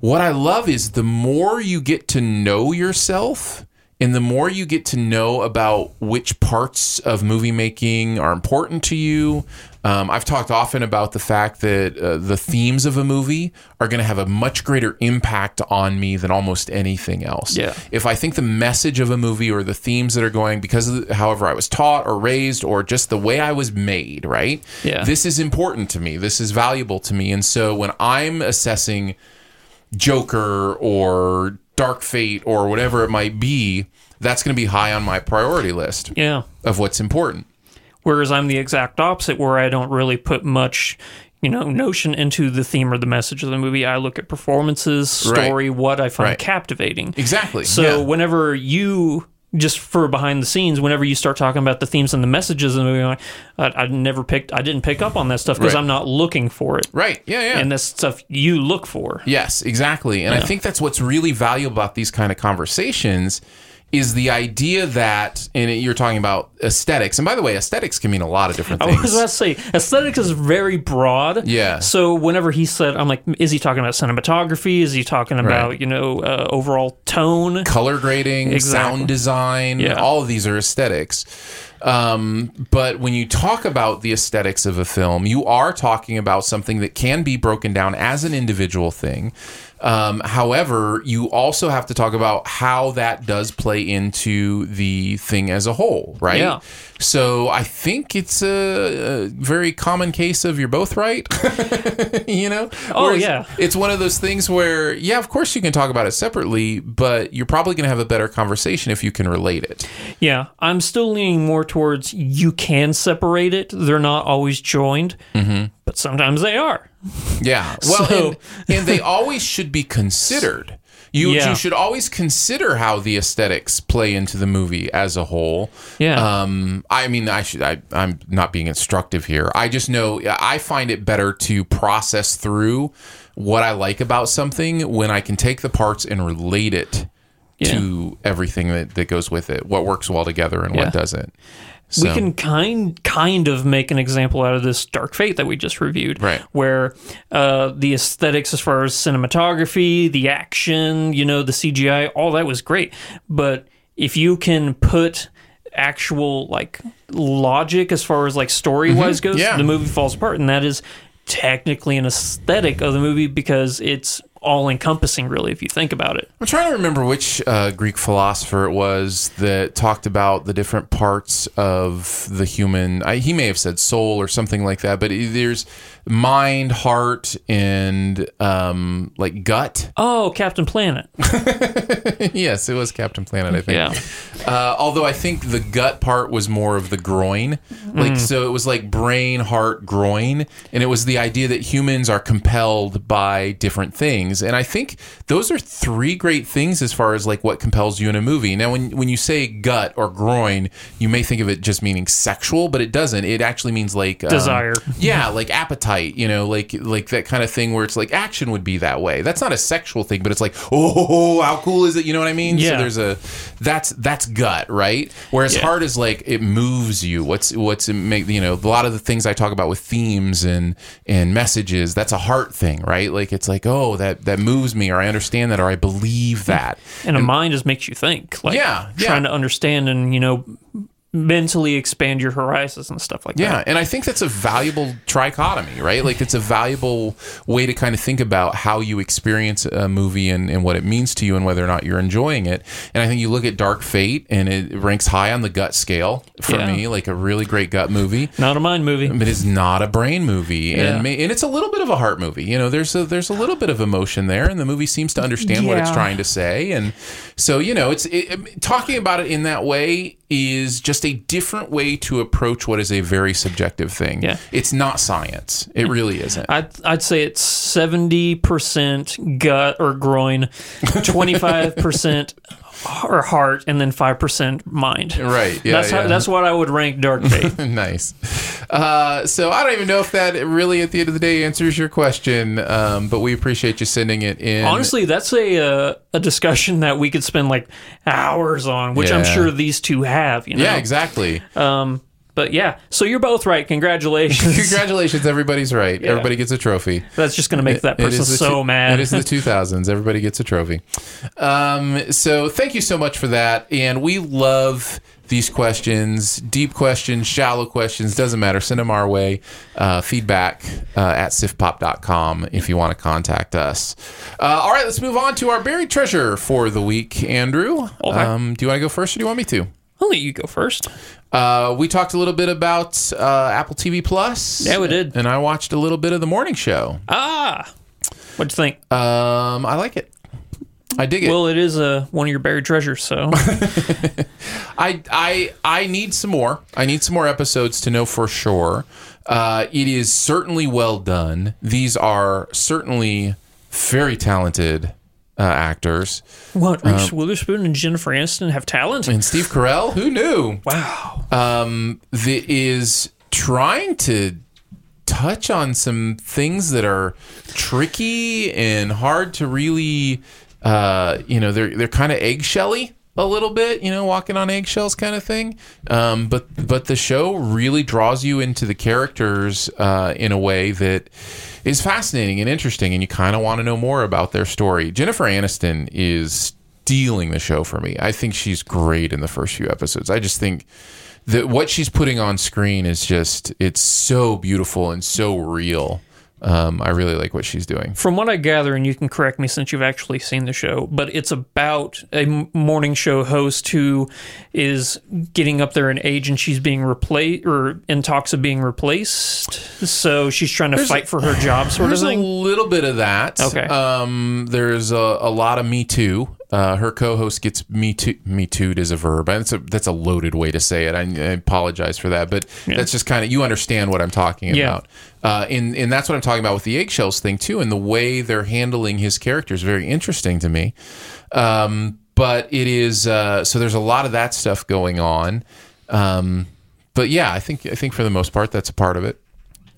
Speaker 3: what I love is the more you get to know yourself and the more you get to know about which parts of movie making are important to you. Um, I've talked often about the fact that uh, the themes of a movie are going to have a much greater impact on me than almost anything else.
Speaker 4: Yeah.
Speaker 3: If I think the message of a movie or the themes that are going because of the, however I was taught or raised or just the way I was made, right?
Speaker 4: Yeah.
Speaker 3: This is important to me. This is valuable to me. And so when I'm assessing Joker or Dark Fate or whatever it might be, that's going to be high on my priority list
Speaker 4: Yeah.
Speaker 3: of what's important.
Speaker 4: Whereas I'm the exact opposite, where I don't really put much, you know, notion into the theme or the message of the movie. I look at performances,
Speaker 3: Right.
Speaker 4: story, what I find
Speaker 3: Right.
Speaker 4: captivating.
Speaker 3: Exactly.
Speaker 4: So
Speaker 3: Yeah.
Speaker 4: whenever you just for behind the scenes, whenever you start talking about the themes and the messages in the movie, I'm like, I, I never picked, I didn't pick up on that stuff because
Speaker 3: Right.
Speaker 4: I'm not looking for it.
Speaker 3: right. Yeah. Yeah.
Speaker 4: And that's stuff you look for.
Speaker 3: Yes, exactly. And I think that's what's really valuable about these kind of conversations is the idea that, and it- you're talking about aesthetics. And by the way, aesthetics can mean a lot of different
Speaker 4: I
Speaker 3: things.
Speaker 4: was about to say aesthetics is very broad.
Speaker 3: Yeah.
Speaker 4: So whenever he said, I'm like, is he talking about cinematography? Is he talking about
Speaker 3: Right.
Speaker 4: you know uh, overall tone,
Speaker 3: color grading, sound design.
Speaker 4: Yeah.
Speaker 3: All of these are aesthetics. Um, but when you talk about the aesthetics of a film, you are talking about something that can be broken down as an individual thing. Um, however, you also have to talk about how that does play into the thing as a whole, right?
Speaker 4: Yeah.
Speaker 3: So I think it's a, a very common case of you're both right. you know?
Speaker 4: Oh,
Speaker 3: Whereas
Speaker 4: yeah.
Speaker 3: It's one of those things where, yeah, of course you can talk about it separately, but you're probably going to have a better conversation if you can relate it.
Speaker 4: Yeah, I'm still leaning more towards you can separate it. They're not always joined, mm-hmm. but sometimes they are.
Speaker 3: Yeah. Well,
Speaker 4: So-
Speaker 3: and, and they always should be considered. You,
Speaker 4: Yeah.
Speaker 3: you should always consider how the aesthetics play into the movie as a whole.
Speaker 4: Yeah.
Speaker 3: Um, I mean, I should. I, I'm not being instructive here. I just know I find it better to process through what I like about something when I can take the parts and relate it to everything that, that goes with it. What works well together and
Speaker 4: Yeah.
Speaker 3: what doesn't.
Speaker 4: We
Speaker 3: So-
Speaker 4: can kind kind of make an example out of this Dark Fate that we just reviewed, right? Where uh, the aesthetics, as far as cinematography, the action, you know, the CGI, all that was great. But if you can put actual like logic as far as like story wise
Speaker 3: Mhm.
Speaker 4: goes,
Speaker 3: Yeah.
Speaker 4: the movie falls apart, and that is technically an aesthetic of the movie because it's all encompassing, really, if you think about it.
Speaker 3: I'm trying to remember which uh, Greek philosopher it was that talked about the different parts of the human. I, he may have said soul or something like that, but it- there's mind, heart, and um, like gut.
Speaker 4: Oh, Captain Planet.
Speaker 3: yes, it was Captain Planet, I think.
Speaker 4: Yeah.
Speaker 3: Uh, although I think the gut part was more of the groin. Like,
Speaker 4: Mm.
Speaker 3: so it was like brain, heart, groin. And it was the idea that humans are compelled by different things. And I think those are three great things as far as like what compels you in a movie. Now, when, when you say gut or groin, you may think of it just meaning sexual, but it doesn't. It actually means like um,
Speaker 4: Desire.
Speaker 3: yeah, like appetite, you know, like like that kind of thing where it's like action would be that way. That's not a sexual thing, but it's like, oh, how cool is it? You know what I mean? So
Speaker 4: Yeah.
Speaker 3: there's a that's that's gut, right? Whereas
Speaker 4: Yeah.
Speaker 3: heart is like it moves you. What's what's it make you know, a lot of the things I talk about with themes and and messages, that's a heart thing, right? Like it's like, oh, that that moves me or I understand that or I believe that.
Speaker 4: and a mind just makes you think like
Speaker 3: Yeah, yeah.
Speaker 4: trying to understand and you know mentally expand your horizons and stuff like
Speaker 3: Yeah,
Speaker 4: that
Speaker 3: Uh, and I think that's a valuable trichotomy, right? Like it's a valuable way to kind of think about how you experience a movie and, and what it means to you and whether or not you're enjoying it. And I think you look at Dark Fate and it ranks high on the gut scale for
Speaker 4: Yeah.
Speaker 3: me, like a really great gut movie.
Speaker 4: Not a mind movie.
Speaker 3: But it's not a brain movie.
Speaker 4: Yeah.
Speaker 3: And ma- and it's a little bit of a heart movie. You know, there's a there's a little bit of emotion there and the movie seems to understand what it's
Speaker 4: Yeah.
Speaker 3: trying to say and so you know, it's it, it- talking about it in that way is just a different way to approach what is a very subjective thing.
Speaker 4: Yeah.
Speaker 3: It's not science. It really isn't.
Speaker 4: I'd, I'd say it's 70% gut or groin 25% or heart and then 5% mind
Speaker 3: Right, yeah,
Speaker 4: that's
Speaker 3: yeah.
Speaker 4: How, that's what i would rank dark fate
Speaker 3: nice. Uh, so I don't even know if that really, at the end of the day, answers your question. Um, but we appreciate you sending it in.
Speaker 4: honestly that's a uh, a discussion that we could spend like hours on which i'm
Speaker 3: Yeah.
Speaker 4: sure these two have you know
Speaker 3: yeah, exactly.
Speaker 4: um but yeah so you're both right congratulations
Speaker 3: Congratulations, everybody's right.
Speaker 4: Yeah.
Speaker 3: Everybody gets a trophy.
Speaker 4: That's just gonna make that person
Speaker 3: is the
Speaker 4: so mad.
Speaker 3: It is the 2000s. Everybody gets a trophy. Um, so thank you so much for that. And we love these questions deep questions, shallow questions, doesn't matter. Send them our way. Uh, feedback uh, at sifpop.com if you want to contact us. Uh, all right, let's move on to our buried treasure for the week, Andrew. Um, do you want to go first or do you want me to?
Speaker 4: I'll let you go first.
Speaker 3: Uh, we talked a little bit about uh, Apple TV Plus.
Speaker 4: Yeah, we did.
Speaker 3: And I watched a little bit of the morning show.
Speaker 4: Ah, what'd you think?
Speaker 3: Um, I like it. I dig it.
Speaker 4: Well, it is uh, one of your buried treasures, so
Speaker 3: I I I need some more. I need some more episodes to know for sure. Uh, it is certainly well done. These are certainly very talented uh, actors.
Speaker 4: what?
Speaker 3: Um,
Speaker 4: Reese Witherspoon and Jennifer Aniston have talent.
Speaker 3: and Steve Carell. Who knew?
Speaker 4: Wow.
Speaker 3: Um, that is trying to touch on some things that are tricky and hard to really, uh, you know, they're they're kind of eggshelly. a little bit, you know, walking on eggshells kind of thing. Um, but but the show really draws you into the characters uh, in a way that is fascinating and interesting, and you kind of want to know more about their story. Jennifer Aniston is stealing the show for me. I think she's great in the first few episodes. I just think that what she's putting on screen is just it's so beautiful and so real. Um, I really like what she's doing.
Speaker 4: From what I gather, and you can correct me since you've actually seen the show, but it's about a m- morning show host who is getting up there in age, and she's being replaced, or in talks of being replaced. So she's trying to
Speaker 3: There's
Speaker 4: fight
Speaker 3: a-
Speaker 4: for her job, sort of
Speaker 3: There's
Speaker 4: thing.
Speaker 3: a little bit of that.
Speaker 4: Okay.
Speaker 3: Um, there's a, a lot of Me Too. Uh, her co-host gets Me Too. Me Too'd is a verb. And That's a that's a loaded way to say it. I, I apologize for that, but
Speaker 4: Yeah.
Speaker 3: that's just kind of you understand what I'm talking
Speaker 4: Yeah.
Speaker 3: about. Uh, and and that's what I'm talking about with the eggshells thing too. And the way they're handling his character is very interesting to me. Um, but it is uh, so there's a lot of that stuff going on. Um, but yeah, I think I think for the most part that's a part of it.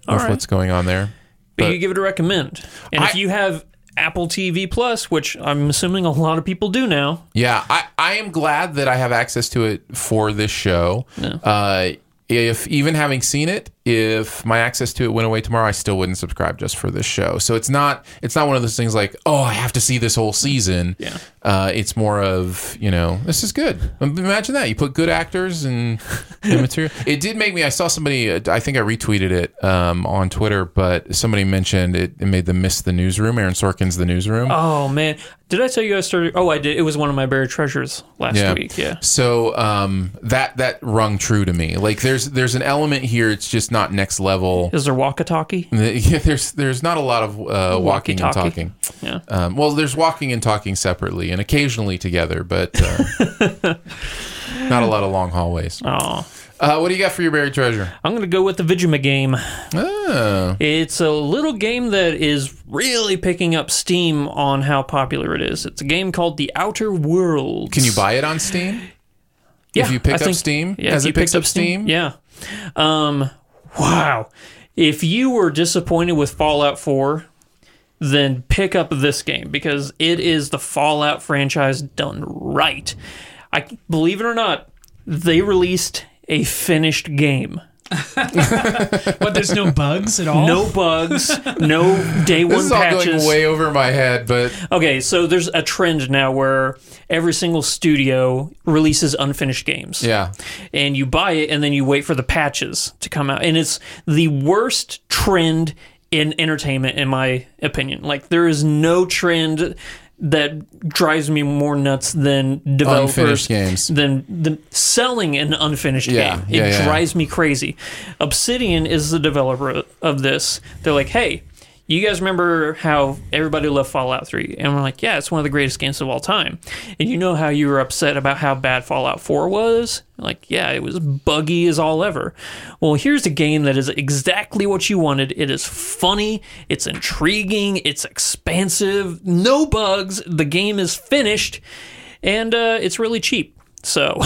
Speaker 4: All
Speaker 3: of
Speaker 4: right.
Speaker 3: what's going on there.
Speaker 4: But
Speaker 3: But-
Speaker 4: you give it a recommend, and if you have Apple TV Plus, which I'm assuming a lot of people do now,
Speaker 3: Yeah, I, I am glad that I have access to it for this show. Uh, if even having seen it, if my access to it went away tomorrow, I still wouldn't subscribe just for this show. So it's not it's not one of those things like oh I have to see this whole season. Yeah, uh, it's more of you know this is good. Imagine that you put good actors and good material. It did make me. I saw somebody. uh, I think I retweeted it um, on Twitter, but somebody mentioned it, it made them miss the newsroom. Aaron Sorkin's the newsroom.
Speaker 4: Oh man, did I tell you I started? Oh, I did. It was one of my buried treasures last week. Yeah.
Speaker 3: So um, that that rung true to me. Like there's there's an element here. It's just not next level.
Speaker 4: Is there walkie-talkie?
Speaker 3: Yeah, there's there's not a lot of uh, walking and
Speaker 4: Walkie-talkie.
Speaker 3: talking.
Speaker 4: Yeah.
Speaker 3: Um, well, there's walking and talking separately and occasionally together, but uh, not a lot of long hallways.
Speaker 4: Oh.
Speaker 3: Uh, what do you got for your buried treasure?
Speaker 4: I'm gonna go with the Vigima game.
Speaker 3: Oh.
Speaker 4: It's a little game that is really picking up steam on how popular it is. It's a game called The Outer Worlds.
Speaker 3: Can you buy it on Steam?
Speaker 4: Yeah,
Speaker 3: If you picked
Speaker 4: I
Speaker 3: up
Speaker 4: think-
Speaker 3: Steam?
Speaker 4: Yeah,
Speaker 3: Has it
Speaker 4: if you
Speaker 3: picked
Speaker 4: picked
Speaker 3: up
Speaker 4: up Steam? Yeah. Um, wow. If you were disappointed with Fallout 4, then pick up this game because it is the Fallout franchise done right. I believe it or not, they released a finished game.
Speaker 5: But there's no bugs at all.
Speaker 4: No bugs, no day
Speaker 3: Oh.
Speaker 4: one
Speaker 3: This is all
Speaker 4: patches.
Speaker 3: going way over my head, but
Speaker 4: Okay, so there's a trend now where every single studio releases unfinished games.
Speaker 3: Yeah.
Speaker 4: And you buy it and then you wait for the patches to come out. And it's the worst trend in entertainment in my opinion. Like there is no trend that drives me more nuts than developers
Speaker 3: Unfinished games.
Speaker 4: than the selling an unfinished
Speaker 3: Yeah,
Speaker 4: game. It
Speaker 3: yeah, yeah.
Speaker 4: drives me crazy. Obsidian is the developer of this. They're like, hey, you guys remember how everybody loved Fallout 3? And we're like, yeah, it's one of the greatest games of all time. And you know how you were upset about how bad Fallout 4 was? Like, yeah, it was buggy as all ever. Well, here's a game that is exactly what you wanted. It is funny, it's intriguing, it's expansive, no bugs, the game is finished, and uh, it's really cheap. So,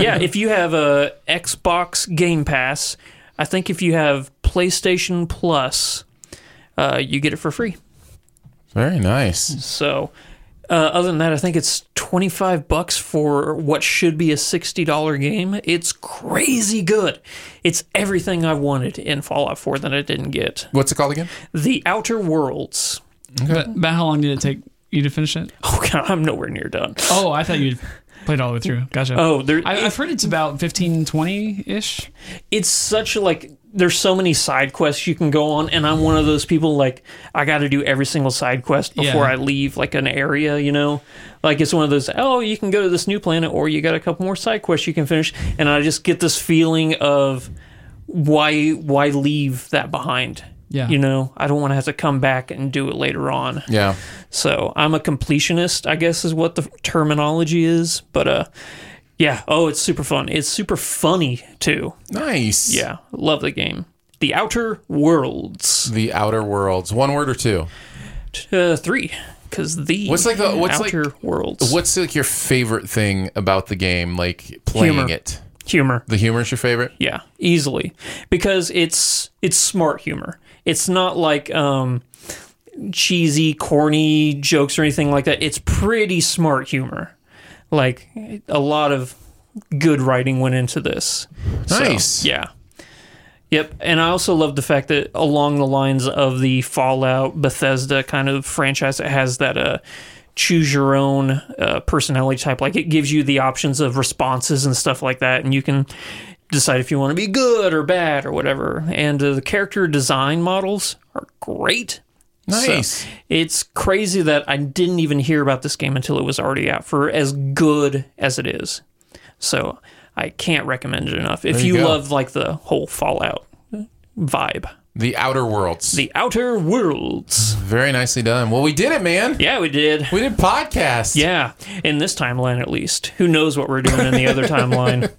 Speaker 4: yeah, if you have a Xbox Game Pass, I think if you have PlayStation Plus, uh, you get it for free.
Speaker 3: very nice.
Speaker 4: So, uh, other than that, I think it's twenty five bucks for what should be a sixty dollar game. It's crazy good. It's everything I wanted in Fallout Four that I didn't get.
Speaker 3: What's it called again?
Speaker 4: The Outer Worlds.
Speaker 5: But, but how long did it take you to finish it?
Speaker 4: Oh God, I'm nowhere near done.
Speaker 5: Oh, I thought you'd played all the way through. Gotcha.
Speaker 4: Oh, there-
Speaker 5: I, I've heard it's about 15, 20 ish.
Speaker 4: it's such a, like there's so many side quests you can go on and i'm one of those people like i gotta do every single side quest before
Speaker 5: Yeah.
Speaker 4: i leave like an area you know like it's one of those oh you can go to this new planet or you got a couple more side quests you can finish and i just get this feeling of why why leave that behind
Speaker 5: Yeah.
Speaker 4: you know i don't want to have to come back and do it later on
Speaker 3: Yeah.
Speaker 4: so I'm a completionist, I guess is what the terminology is. But uh, yeah. Oh, it's super fun. It's super funny too.
Speaker 3: Nice.
Speaker 4: Yeah, love the game. The Outer Worlds
Speaker 3: The Outer Worlds. One word or two.
Speaker 4: uh, three, because the
Speaker 3: What's like the what's
Speaker 4: Outer
Speaker 3: like
Speaker 4: Worlds
Speaker 3: What's like your favorite thing about the game? Like playing
Speaker 4: Humor.
Speaker 3: it.
Speaker 4: humor.
Speaker 3: The humor is your favorite.
Speaker 4: Yeah, easily because it's it's smart humor. It's not like um cheesy, corny jokes or anything like that. It's pretty smart humor. Like a lot of good writing went into this. So,
Speaker 3: Nice.
Speaker 4: yeah. Yep, and I also love the fact that along the lines of the Fallout Bethesda kind of franchise, it has that uh, choose your own uh, personality type. Like it gives you the options of responses and stuff like that, and you can decide if you want to be good or bad or whatever. And uh, the character design models are great. So,
Speaker 3: Nice.
Speaker 4: it's crazy that I didn't even hear about this game until it was already out for as good as it is. So I can't recommend it enough. If
Speaker 3: There you
Speaker 4: you
Speaker 3: go.
Speaker 4: love like the whole Fallout vibe,
Speaker 3: The Outer Worlds.
Speaker 4: the Outer Worlds.
Speaker 3: Very nicely done. Well, we did it, man.
Speaker 4: Yeah, we did.
Speaker 3: We did podcast.
Speaker 4: Yeah, in this timeline at least. Who knows what we're doing in the other timeline?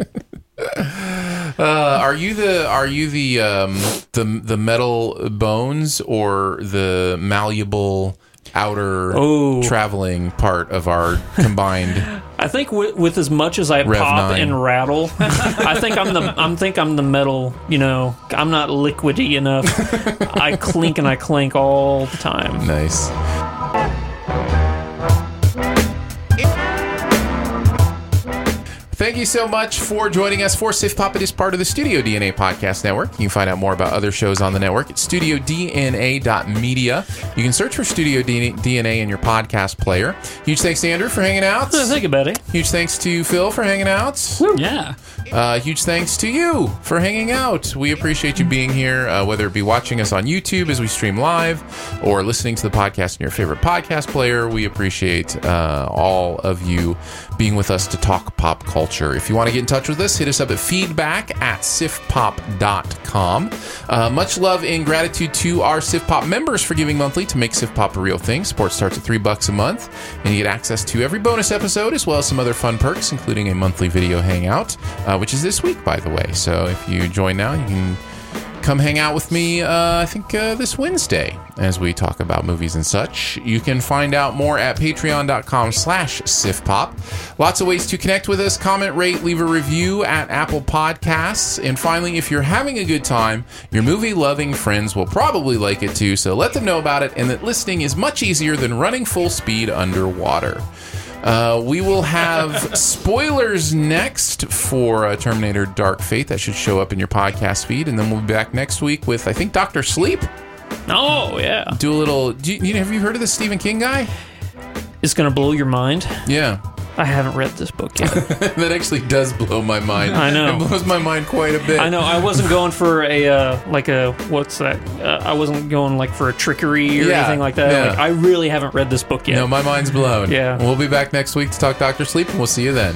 Speaker 3: Uh, are you the are you the um, the the metal bones or the malleable outer
Speaker 4: Oh.
Speaker 3: traveling part of our combined?
Speaker 4: I think with, with as much as I
Speaker 3: Rev
Speaker 4: pop
Speaker 3: nine.
Speaker 4: and rattle, I think I'm the I'm think I'm the metal. You know, I'm not liquidy enough. I clink and I clank all the time.
Speaker 3: nice. Thank you so much for joining us for Sif Puppet is part of the Studio DNA Podcast Network. You can find out more about other shows on the network at studiodna.media. You can search for Studio DNA in your podcast player. Huge thanks to Andrew for hanging out.
Speaker 4: Think about it.
Speaker 3: Huge thanks to Phil for hanging out.
Speaker 5: Yeah.
Speaker 3: Uh, huge thanks to you for hanging out. We appreciate you being here, uh, whether it be watching us on YouTube as we stream live or listening to the podcast in your favorite podcast player. We appreciate uh, all of you being with us to talk pop culture. If you want to get in touch with us, hit us up at feedback at sifpop.com. Uh, much love and gratitude to our SIFPOP members for giving monthly to make SIFPOP a real thing. Support starts at three bucks a month, and you get access to every bonus episode as well as some other fun perks, including a monthly video hangout, uh, which is this week, by the way. So if you join now, you can come hang out with me, uh, I think, uh, this Wednesday as we talk about movies and such. You can find out more at patreon.com slash sifpop. Lots of ways to connect with us. Comment, rate, leave a review at Apple Podcasts. And finally, if you're having a good time, your movie-loving friends will probably like it too, so let them know about it and that listening is much easier than running full speed underwater. Uh, we will have spoilers next for uh, Terminator Dark Fate. That should show up in your podcast feed. And then we'll be back next week with, I think, Dr. Sleep.
Speaker 4: Oh yeah,
Speaker 3: Do a little. Do you, you- have you heard of the Stephen King guy?
Speaker 4: it's gonna blow your mind.
Speaker 3: Yeah.
Speaker 4: I haven't read this book yet.
Speaker 3: that actually does blow my mind.
Speaker 4: I know.
Speaker 3: It blows my mind quite a bit.
Speaker 4: I know I wasn't going for a uh, like a what's that? Uh, I wasn't going like for a trickery or
Speaker 3: Yeah,
Speaker 4: anything like that.
Speaker 3: yeah.
Speaker 4: Like, I really haven't read this book yet.
Speaker 3: No, my mind's blown.
Speaker 4: Yeah.
Speaker 3: We'll be back next week to talk Dr. Sleep, and we'll see you then.